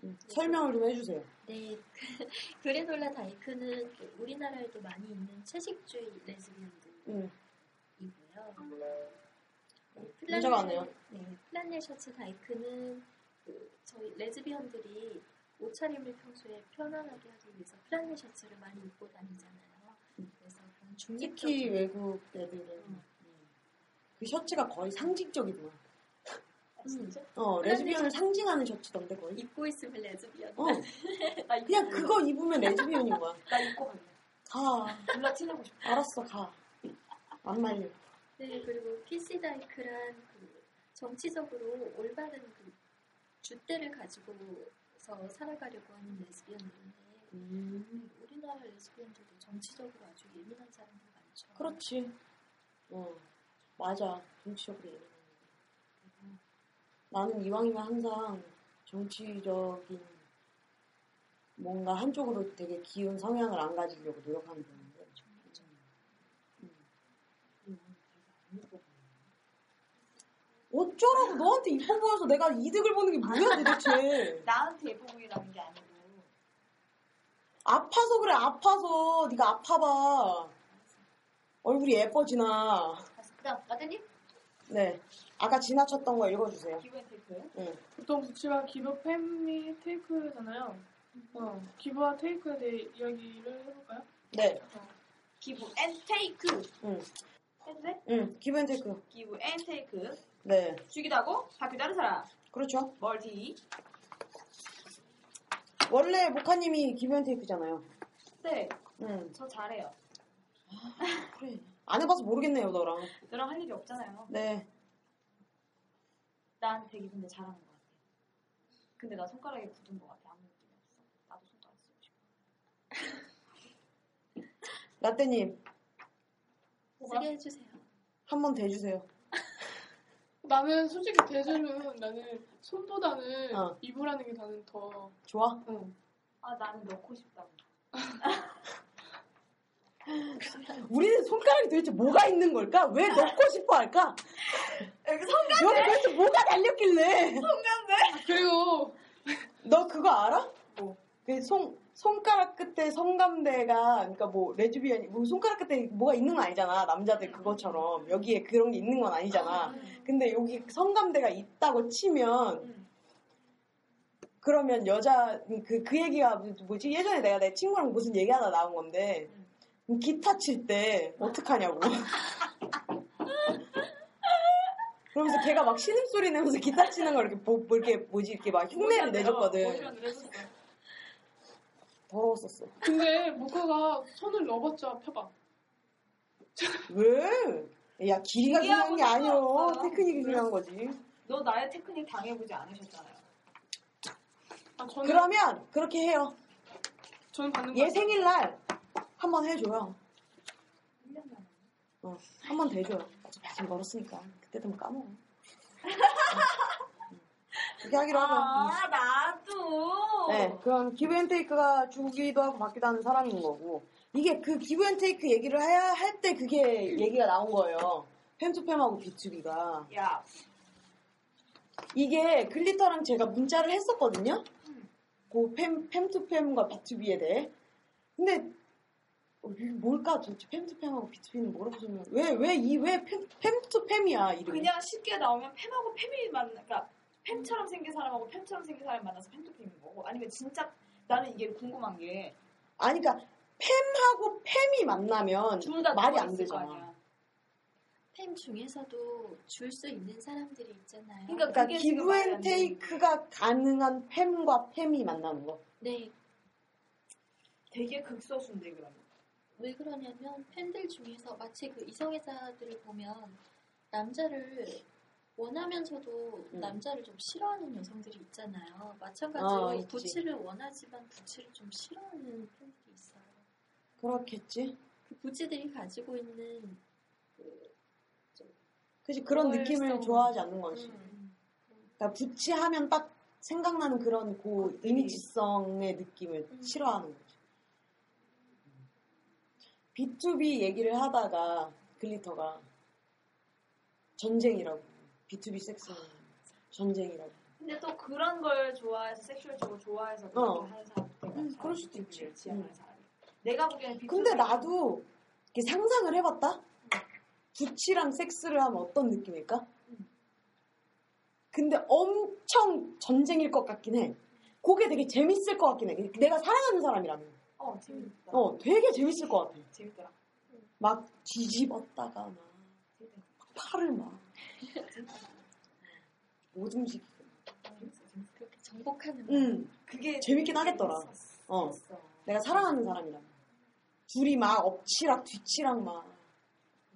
Speaker 1: 음. 설명을 좀 해주세요.
Speaker 4: 네, 그래놀라 다이크는 그 우리나라에도 많이 있는 채식주의 레즈비언들이고요.
Speaker 1: 음.
Speaker 4: 네,
Speaker 1: 문제가 많네요.
Speaker 4: 네, 플란넬 셔츠 다이크는 그 저희 레즈비언들이 옷차림을 평소에 편안하게 하기 위해서 플란넬 셔츠를 많이 입고 다니잖아요.
Speaker 1: 음.
Speaker 4: 그래서 그런
Speaker 1: 특히
Speaker 4: 중립적인
Speaker 1: 외국 애들은 그 셔츠가 거의 상징적이구나.
Speaker 4: 진짜?
Speaker 1: 어,
Speaker 4: 그런데
Speaker 1: 레즈비언을 상징하는 셔츠던데 거의.
Speaker 4: 음, 입고 있으면 레즈비언.
Speaker 1: 어,
Speaker 2: 나 입고
Speaker 1: 그냥
Speaker 2: 갈래.
Speaker 1: 그거 입으면 레즈비언인 거야.
Speaker 2: 나 입고 갈래.
Speaker 1: 가.
Speaker 2: 몰라 티내고 싶어.
Speaker 1: 알았어, 가. 안 말려.
Speaker 4: 네, 그리고 PC 다이크란 그 정치적으로 올바른 그 주대를 가지고서 살아가려고 하는 레즈비언들인데
Speaker 1: 음.
Speaker 4: 우리나라 레즈비언들도 정치적으로 아주 예민한 사람들 많죠.
Speaker 1: 그렇지. 어, 맞아. 정치적으로 예민한 거. 나는 이왕이면 항상 정치적인 뭔가 한쪽으로 되게 기운 성향을 안 가지려고 노력하는 편인데 음. 어쩌라고 너한테 이뻐 보여서 내가 이득을 보는 게 뭐야 도대체
Speaker 2: 나한테 예뻐 보이라는 게 아니고
Speaker 1: 아파서 그래 아파서 네가 아파봐 얼굴이 예뻐지나
Speaker 2: 그다음 마더님
Speaker 1: 네 아까 지나쳤던 거 읽어주세요
Speaker 2: 기분 테이크요?
Speaker 1: 응.
Speaker 3: 보통 수치가 기부 팸 및 테이크잖아요.
Speaker 2: 음.
Speaker 3: 어, 기부와 테이크에 대해 이야기를 해볼까요?
Speaker 1: 네
Speaker 2: 기부 앤 테이크
Speaker 1: 응.
Speaker 2: 했는데
Speaker 1: 응, 기브앤테이크
Speaker 2: 기부 앤 테이크
Speaker 1: 네
Speaker 2: 죽이다고 바퀴 다른 사람
Speaker 1: 그렇죠
Speaker 2: 멀티
Speaker 1: 원래 모카님이 기브앤테이크잖아요
Speaker 2: 네저
Speaker 1: 응
Speaker 2: 잘해요
Speaker 1: 그래 안 해봐서 모르겠네요 너랑
Speaker 2: 너랑 할 일이 없잖아요
Speaker 1: 네
Speaker 2: 난 되게 근데 잘하는 것 같아. 근데 나 손가락에 굳은 것 같아. 아무 느낌 없어. 나도 손가락 쓰고 싶어.
Speaker 1: 라떼님
Speaker 4: 쓰게 해주세요.
Speaker 1: 한 번 대주세요
Speaker 3: 나는 솔직히 대주는 나는 손보다는
Speaker 1: 어.
Speaker 3: 입을 하는 게 나는 더
Speaker 1: 좋아
Speaker 3: 응.
Speaker 2: 아 나는 넣고 싶다고.
Speaker 1: 우리는 손가락이 도대체 뭐가 있는 걸까 왜 넣고 싶어 할까
Speaker 2: 여기 손가락
Speaker 1: 너는 도대체 뭐가 달렸길래
Speaker 3: 아, 그리고
Speaker 1: 너 그거 알아?
Speaker 2: 뭐?
Speaker 1: 그 손, 손가락 끝에 성감대가, 그러니까 뭐, 레즈비언이, 뭐 손가락 끝에 뭐가 있는 건 아니잖아. 남자들 그것처럼. 여기에 그런 게 있는 건 아니잖아. 근데 여기 성감대가 있다고 치면,
Speaker 2: 음.
Speaker 1: 그러면 여자, 그, 그 얘기가 뭐지? 예전에 내가 내 친구랑 무슨 얘기 하나 나온 건데, 음, 기타 칠 때 어떡하냐고. 그러면서 걔가 막 신음소리 내면서 기타 치는 걸 이렇게, 보, 뭐 이렇게 뭐지? 네, 이렇게 막 흉내를
Speaker 2: 어, 뭐
Speaker 1: 내줬거든. 더러웠었어.
Speaker 3: 근데 모카가 손을 넣어봤자 펴봐.
Speaker 1: 왜? 야, 길이가 중요한
Speaker 2: 길이하고
Speaker 1: 게 아니오.
Speaker 2: 상관없어요.
Speaker 1: 테크닉이 중요한 거지.
Speaker 2: 너 나의 테크닉 당해보지 않으셨잖아요.
Speaker 3: 아, 저는
Speaker 1: 그러면 그렇게 해요.
Speaker 3: 저는 받는 거
Speaker 1: 얘 생일날 한 번 해줘요. 어, 한 번 대줘요. 아직 멀었으니까 그때 되면 까먹어. 그렇게 하기로 하죠.
Speaker 2: 아 나도.
Speaker 1: 네, 그럼 기브앤테이크가 주기도 하고 받기도 하는 사람인 거고 이게 그 기브앤테이크 얘기를 해야 할 때 그게 얘기가 나온 거예요. 팸투팸하고 비투비가
Speaker 2: 야
Speaker 1: 이게 글리터랑 제가 문자를 했었거든요. 그 팸, 팸투팸과 B2B에 대해. 근데 어, 이게 뭘까 도대체 팸투팸하고 B2B는 뭐라고 설명? 왜왜 이 왜 팸투팸이야 이름?
Speaker 2: 그냥 쉽게 나오면 팸하고 팸이 만나. 그러니까 팸처럼 생긴 사람하고 팸처럼 생긴 사람 만나서 팸도 팸인 거고 아니면 그러니까 진짜 나는 이게 궁금한 게
Speaker 1: 아니 그러니까 팸하고 팸이 만나면
Speaker 2: 둘 다
Speaker 1: 말이 안
Speaker 2: 있을 거
Speaker 1: 되잖아.
Speaker 2: 아니야.
Speaker 4: 팬 중에서도 줄 수 있는 사람들이 있잖아요.
Speaker 2: 그러니까
Speaker 1: 그러니까
Speaker 2: 그게 지금 말이 안 되는
Speaker 1: 기브앤테이크가 가능한 팸과 팸이 만나는 거.
Speaker 4: 네,
Speaker 2: 되게 극소수인데 그러면.
Speaker 4: 왜 그러냐면 팬들 중에서 마치 그 이성애자들을 보면 남자를 원하면서도
Speaker 1: 음.
Speaker 4: 남자를 좀 싫어하는 여성들이 있잖아요.
Speaker 1: 어,
Speaker 4: 마찬가지로
Speaker 1: 있지.
Speaker 4: 부치를 원하지만 부치를 좀 싫어하는 팬들이 있어요.
Speaker 1: 그렇겠지.
Speaker 4: 그 부치들이 가지고 있는 그
Speaker 1: 그지 그런
Speaker 4: 그걸
Speaker 1: 느낌을
Speaker 4: 써.
Speaker 1: 좋아하지 않는 거지.
Speaker 4: 음,
Speaker 1: 그러니까 부치하면 딱 생각나는 그런 그
Speaker 2: 것들이.
Speaker 1: 이미지성의 느낌을
Speaker 4: 음.
Speaker 1: 싫어하는 거죠. B2B 얘기를 하다가 글리터가 전쟁이라고 B2B
Speaker 2: 아,
Speaker 1: 섹스는 전쟁이라고
Speaker 2: 근데 또 그런 걸 좋아해서 섹슈얼적으로 좋아해서 그걸
Speaker 1: 어.
Speaker 2: 하는 사람도
Speaker 1: 음, 그럴 수도 있지.
Speaker 2: 지향하는
Speaker 1: 음.
Speaker 2: 사람이. 내가 보기에는 비투비.
Speaker 1: 근데 나도 이렇게 상상을 해봤다? 부치랑 섹스를 하면 어떤 느낌일까? 근데 엄청 전쟁일 것 같긴 해. 그게 되게 재밌을 것 같긴 해. 내가 사랑하는 사람이라면.
Speaker 2: 어 재밌다.
Speaker 1: 어, 되게 재밌을 것 같아.
Speaker 2: 재밌더라.
Speaker 1: 막 뒤집었다가 막 팔을 막 모든 식.
Speaker 2: 재밌어 재밌어.
Speaker 4: 그렇게 정복하는
Speaker 1: 응.
Speaker 2: 그게
Speaker 1: 재밌긴 하겠더라.
Speaker 2: 재밌었어.
Speaker 1: 어. 내가 사랑하는 사람이라. 둘이 막 엎치락 뒤치락 막.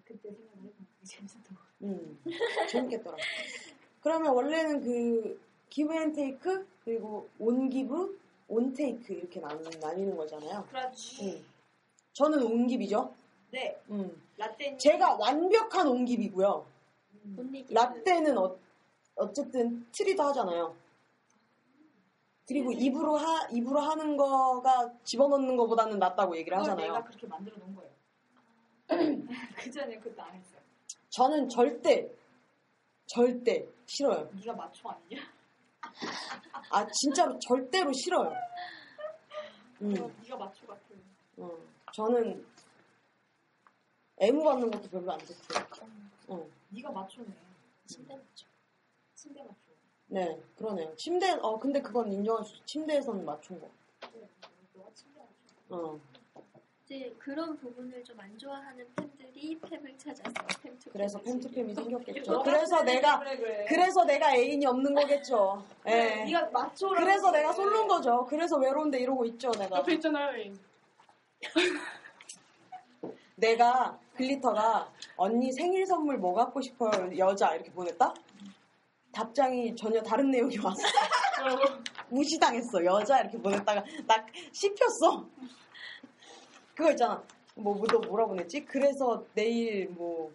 Speaker 2: 그때 생각을 해보면 그게 재밌었던 것 같아.
Speaker 1: 응. 재밌겠더라. 그러면 원래는 그 기브앤테이크 그리고 온기브 온테이크 이렇게 나, 나뉘는 거잖아요.
Speaker 2: 그렇지.
Speaker 1: 응. 저는 온기비죠.
Speaker 2: 네
Speaker 1: 응.
Speaker 2: 라떼.
Speaker 1: 제가 완벽한 온기비고요. 음.
Speaker 4: 분위기.
Speaker 1: 라떼는 어, 어쨌든 트리도 하잖아요. 그리고 입으로 하 입으로 하는 거가 집어넣는 거보다는 낫다고 얘기를
Speaker 2: 그걸 내가
Speaker 1: 하잖아요.
Speaker 2: 그렇게 만들어 놓은 거예요. 그 전에 그것도 안 했어요.
Speaker 1: 저는 절대 절대 싫어요.
Speaker 2: 네가 마초 아니냐?
Speaker 1: 아 진짜로 절대로 싫어요.
Speaker 2: 너
Speaker 1: 음,
Speaker 2: 네가 마초 같아.
Speaker 1: 어. 저는 애무 받는 것도 별로 안 좋고요. 어.
Speaker 2: 네가 마초네. 침대 마초. 침대 마초.
Speaker 1: 네, 그러네요. 침대, 어, 근데 그건 인정할 수, 침대에서는 맞춘 거.
Speaker 2: 네, 너가 침대 마초.
Speaker 1: 어.
Speaker 4: 이제 그런 부분을 좀 안 좋아하는 팬들이 팸을 찾아서 팸투
Speaker 1: 그래서 팬투팸이 생겼겠죠.
Speaker 2: 너가
Speaker 1: 그래서
Speaker 2: 침대
Speaker 1: 내가,
Speaker 2: 그래 그래.
Speaker 1: 그래서 내가 애인이 없는 거겠죠. 예.
Speaker 2: 네가 마초라.
Speaker 1: 그래서 내가 솔로인 거죠. 그래서 외로운데 이러고 있죠, 내가.
Speaker 3: 옆에 있잖아요, 애인.
Speaker 1: 내가, 글리터가, 언니 생일 선물 뭐 갖고 싶어요? 여자, 이렇게 보냈다? 답장이 전혀 다른 내용이 왔어.
Speaker 3: 뭐라고?
Speaker 1: 무시당했어. 여자 이렇게 보냈다가 나 씹혔어. 그거 있잖아. 뭐, 뭐, 너 뭐라 보냈지? 그래서 내일 뭐.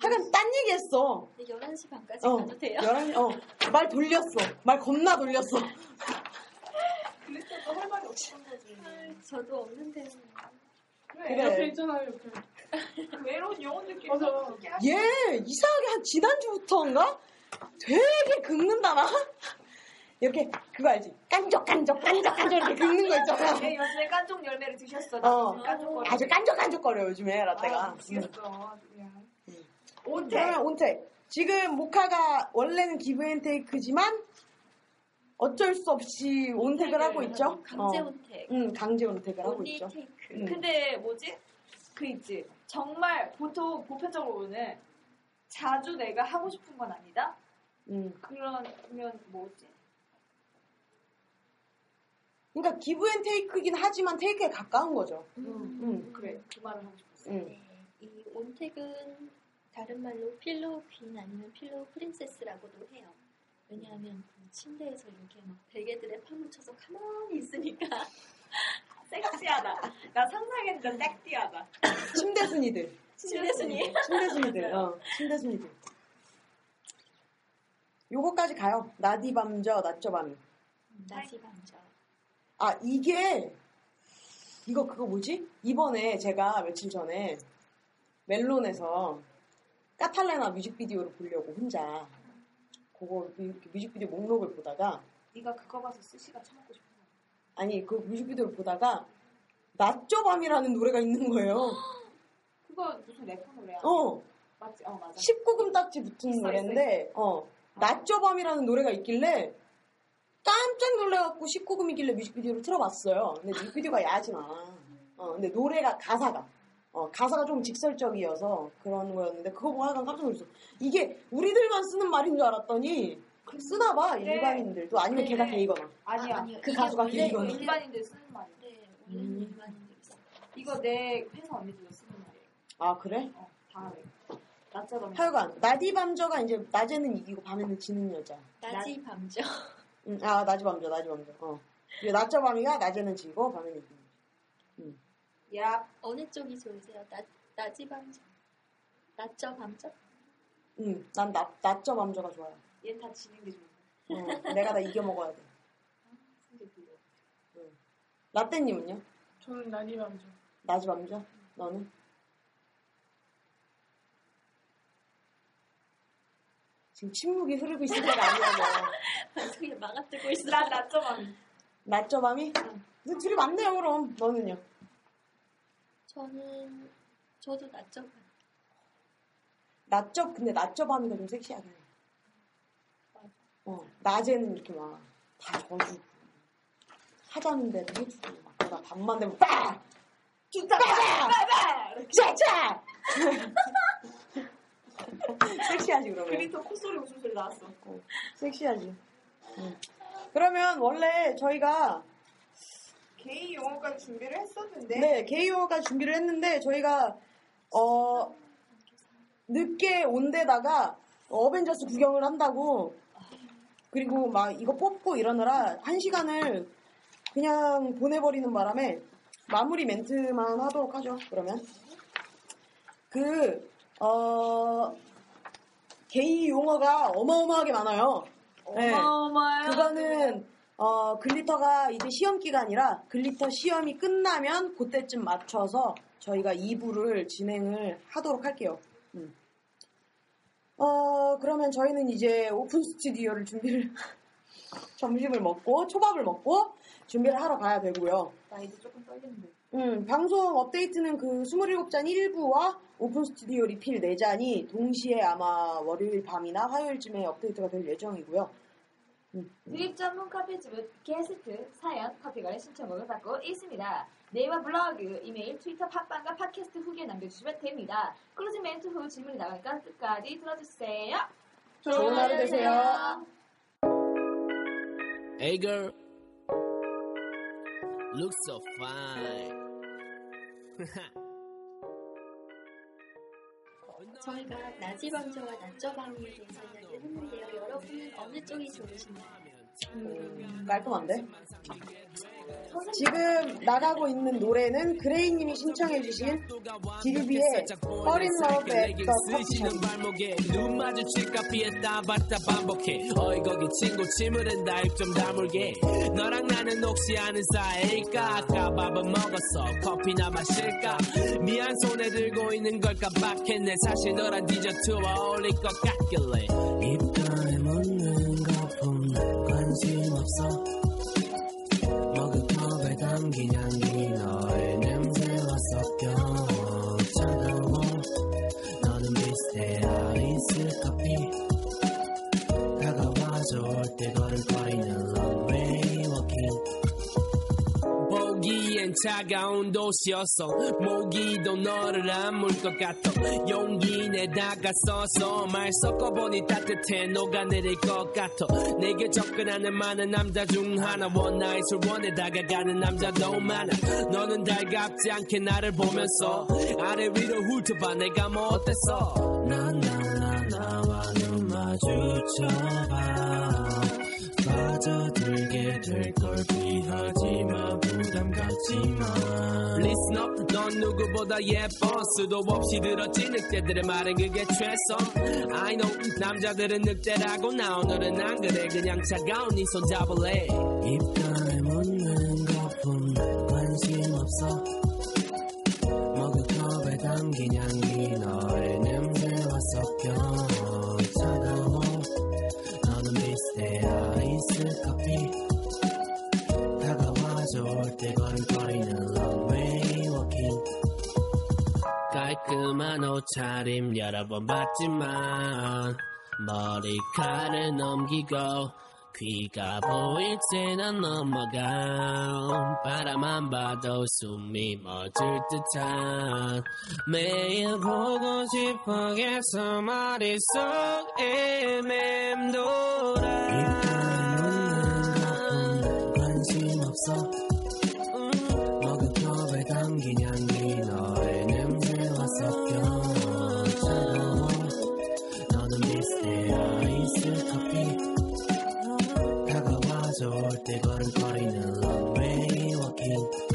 Speaker 1: 하여간 딴 얘기 했어.
Speaker 4: 11시 반까지
Speaker 1: 어.
Speaker 4: 가도 돼요?
Speaker 1: 11, 어. 말 돌렸어. 말 겁나 돌렸어.
Speaker 2: 그랬어도 할 말이 없는 거지.
Speaker 4: 저도 없는데
Speaker 2: 그래.
Speaker 3: 옆에 있잖아요, 옆에.
Speaker 2: 외로운 영혼들끼리
Speaker 3: 맞아.
Speaker 2: 어떻게 하
Speaker 1: 얘, 이상하게 한 지난주부터인가? 되게 긁는다, 나. 이렇게, 그거 알지? 깐족깐족, 깐족깐족 이렇게 긁는 거 있잖아.
Speaker 2: 얘 네, 요즘에 깐족 열매를 드셨어.
Speaker 1: 어.
Speaker 2: 깐족거려.
Speaker 1: 아주 깐족깐족거려, 요즘에,
Speaker 2: 아,
Speaker 1: 라떼가. 네,
Speaker 2: 미치겠어. 그냥.
Speaker 1: 온택. 온택. 지금 모카가 원래는 기브앤테이크지만 어쩔 수 없이 온택을 하고 있죠.
Speaker 4: 네, 강제
Speaker 1: 어.
Speaker 4: 온택
Speaker 1: 응, 강제 온택을 하고
Speaker 4: 온리
Speaker 1: 있죠.
Speaker 4: 테이크
Speaker 1: 음.
Speaker 2: 근데 뭐지? 그 있지. 정말 보통 보편적으로 보면 자주 내가 하고 싶은 건 아니다.
Speaker 1: 음.
Speaker 2: 그러면 뭐지?
Speaker 1: 그러니까 기브앤테이크긴 하지만 테이크에 가까운 거죠. 음.
Speaker 2: 그래 그 말을 하고 싶었어.
Speaker 1: 음.
Speaker 4: 네, 이 온택은 다른 말로 필로우 퀸 아니면 필로우 프린세스라고도 해요. 왜냐하면 그 침대에서 이렇게 막 베개들에 파묻혀서 가만히 있으니까
Speaker 2: 섹시하다. 나 상상했는데 섹시하다.
Speaker 1: 침대순이들.
Speaker 4: 침대순이
Speaker 1: 침대순이들. 어, 침대순이들. 요거까지 가요. 나디 밤저, 낮저 밤이.
Speaker 4: 낮이 반죠.
Speaker 1: 아, 이게, 이거 그거 뭐지? 이번에 제가 며칠 전에 멜론에서 까탈레나 뮤직비디오를 보려고 혼자 그거 이렇게 뮤직비디오 목록을 보다가
Speaker 2: 네가 그거 봐서 스시가 처먹고 싶어.
Speaker 1: 아니 그 뮤직비디오를 보다가 낮저 밤이라는 노래가 있는 거예요.
Speaker 2: 그거 무슨 래퍼 노래야?
Speaker 1: 어,
Speaker 2: 맞지? 어 맞아.
Speaker 1: 19금 딱지 붙은
Speaker 2: 있어,
Speaker 1: 노래인데 어, 낮저 밤이라는 노래가 있길래 깜짝 놀래갖고 19금이길래 뮤직비디오를 틀어봤어요. 근데 뮤직비디오가 야하지만, 어, 근데 노래가 가사가, 어, 가사가 좀 직설적이어서 그런 거였는데 그거 보고 하여간 깜짝 놀랐어. 이게 우리들만 쓰는 말인 줄 알았더니 쓰나봐
Speaker 2: 그래.
Speaker 1: 일반인들도 아니면
Speaker 2: 그래.
Speaker 1: 걔가 게이거나.
Speaker 2: 아니야.
Speaker 4: 아, 아니요.
Speaker 1: 그
Speaker 4: 이게
Speaker 1: 가수가
Speaker 4: 원래
Speaker 2: 이거
Speaker 1: 이거는.
Speaker 2: 일반인들 쓰는 말이야.
Speaker 4: 네,
Speaker 2: 음.
Speaker 4: 원래는 일반인들 있어.
Speaker 2: 이거 내 회사 언니들도 쓰는 말이에요.
Speaker 1: 아 그래?
Speaker 2: 어 다음에 낮자밤.
Speaker 1: 하여간 나디 밤저가 이제 낮에는 이기고 밤에는 지는 여자.
Speaker 4: 낮이 밤죠.
Speaker 1: 음, 아, 낮이 밤이죠, 낮이 밤이죠. 어. 그리고 낮저 밤이가 낮에는 지고 밤에는 이기고.
Speaker 2: 야
Speaker 4: 어느 쪽이 좋으세요? 낮 낮이 밤죠. 낮죠 밤죠?
Speaker 1: 음, 난 낮, 낮저 밤저가 좋아요.
Speaker 2: 얘는 다 지는 게 좋은데.
Speaker 1: 어, 내가 다 이겨 먹어야 돼. 라떼님은요?
Speaker 3: 저는 난이 밤죠.
Speaker 1: 낮이 밤저? 너는? 지금 침묵이 흐르고 있을 때가 아니라고.
Speaker 4: 방송에 막아 뜨고 있어.
Speaker 2: 난 낮자밤.
Speaker 1: 낮저 밤이? 근데 둘이 맞네요, 그럼. 너는요?
Speaker 4: 저는 저도 낮죠 밤.
Speaker 1: 낮저, 근데 낮저 밤이가 좀 섹시하긴 해. 어, 낮에는 이렇게 막, 다 저주. 하자는 대로 해주고, 막, 그러다 밤만 되면, 빡! 쭈따! 빡! 쫙쫙! 섹시하지, 그러면.
Speaker 2: 그리터 콧소리 웃음소리 나왔어.
Speaker 1: 섹시하지. 그러면 원래 저희가
Speaker 2: 개인 영어까지 준비를 했었는데
Speaker 1: 네, 게이오가 준비를 했는데 저희가 어 늦게 온 데다가 어벤져스 구경을 한다고 그리고 막 이거 뽑고 이러느라 한 시간을 그냥 보내버리는 바람에 마무리 멘트만 하도록 하죠. 그러면 그, 그어 게이 용어가 어마어마하게 많아요. 네.
Speaker 2: 어마어마해요.
Speaker 1: 그거는 어, 글리터가 이제 시험 기간이라 글리터 시험이 끝나면 그때쯤 맞춰서 저희가 2부를 진행을 하도록 할게요. 음. 어, 그러면 저희는 이제 오픈 스튜디오를 준비를, 점심을 먹고, 초밥을 먹고, 준비를 하러 가야 되고요.
Speaker 2: 나이도 조금 떨리는데.
Speaker 1: 음, 방송 업데이트는 그 27잔 1부와 오픈 스튜디오 리필 4잔이 동시에 아마 월요일 밤이나 화요일쯤에 업데이트가 될 예정이고요.
Speaker 2: 드립 전문 커피집은 게스트, 사연, 커피관의 신청곡을 받고 있습니다. 네이버 블로그, 이메일, 트위터, 팟빵과 팟캐스트 후기에 남겨주시면 됩니다. 클로징 멘트 후 질문이 나가니까 끝까지
Speaker 1: 네,
Speaker 2: 들어주세요.
Speaker 1: 좋은 하루 되세요.
Speaker 5: Hey girl, look so fine.
Speaker 4: 저희가 낮이 방제와 낮저 방에 대해서 이야기를 했는데요. 여러분은 어느 쪽이 좋으신가요?
Speaker 1: 깔끔한데? 지금 나가고 있는 노래는 그레이님이 신청해주신 디르비의 어린 러브 앳더
Speaker 5: 쓰시는
Speaker 1: 커피숍
Speaker 5: 발목에 눈 마주칠까 피했다 봤다 반복해 어이 거기 친구 침울은 날좀 다물게 너랑 나는 혹시 아는 사이일까 아까 밥은 먹었어 커피나 마실까 미안 손에 들고 있는 걸 깜빡했네 사실 너란 디저트와 어울릴 것 같길래 입가에 묻는 거품 관심 없어 머그컵에 담긴 향기 너의 냄새와 섞여 차가워 너는 비슷해 아이스 커피 다가와줘 올때 걸음거리는 런웨이 워킹 보기엔 차가운 도시였어 모기도 너를 안 물 것 같아 용기 내다가 써서 말 섞어보니 따뜻해 녹아내릴 것 같아 내게 접근하는 많은 남자 중 하나 원나잇을 원해 다가가는 남자도 많아 너는 달갑지 않게 나를 보면서 아래 위로 훑어봐 내가 뭐 어땠어 난 나나 나와 눈 마주쳐봐 빠져들게 될 걸 피하지마 부담 갖지마 Listen up 넌 누구보다 예뻐 수도 없이 들었지 늑대들의 말은 그게 최선 I know 남자들은 늑대라고 나 오늘은 안 그래 그냥 차가운 네 손 잡을래 입가에 묻는 거품 난 관심 없어 머그컵에 담긴 향기 너의 냄새와 섞여 차가워 너는 비슷해 아이스 커피 다가와줘 올때 걸음거리는 런웨이 워킹 깔끔한 옷차림 여러 번 봤지만 머리카락을 넘기고 귀가 보일 때난 넘어가 바라만 봐도 숨이 멎을 듯한 매일 보고 싶어 계속 머릿속 애맴돌아 관심 없어 머그컵에 담긴 향기 너의 냄새와 섞여 차가워 너는 비슷해 아이스 커피 다가와줘 올때 걸음거리는 런웨이 워킹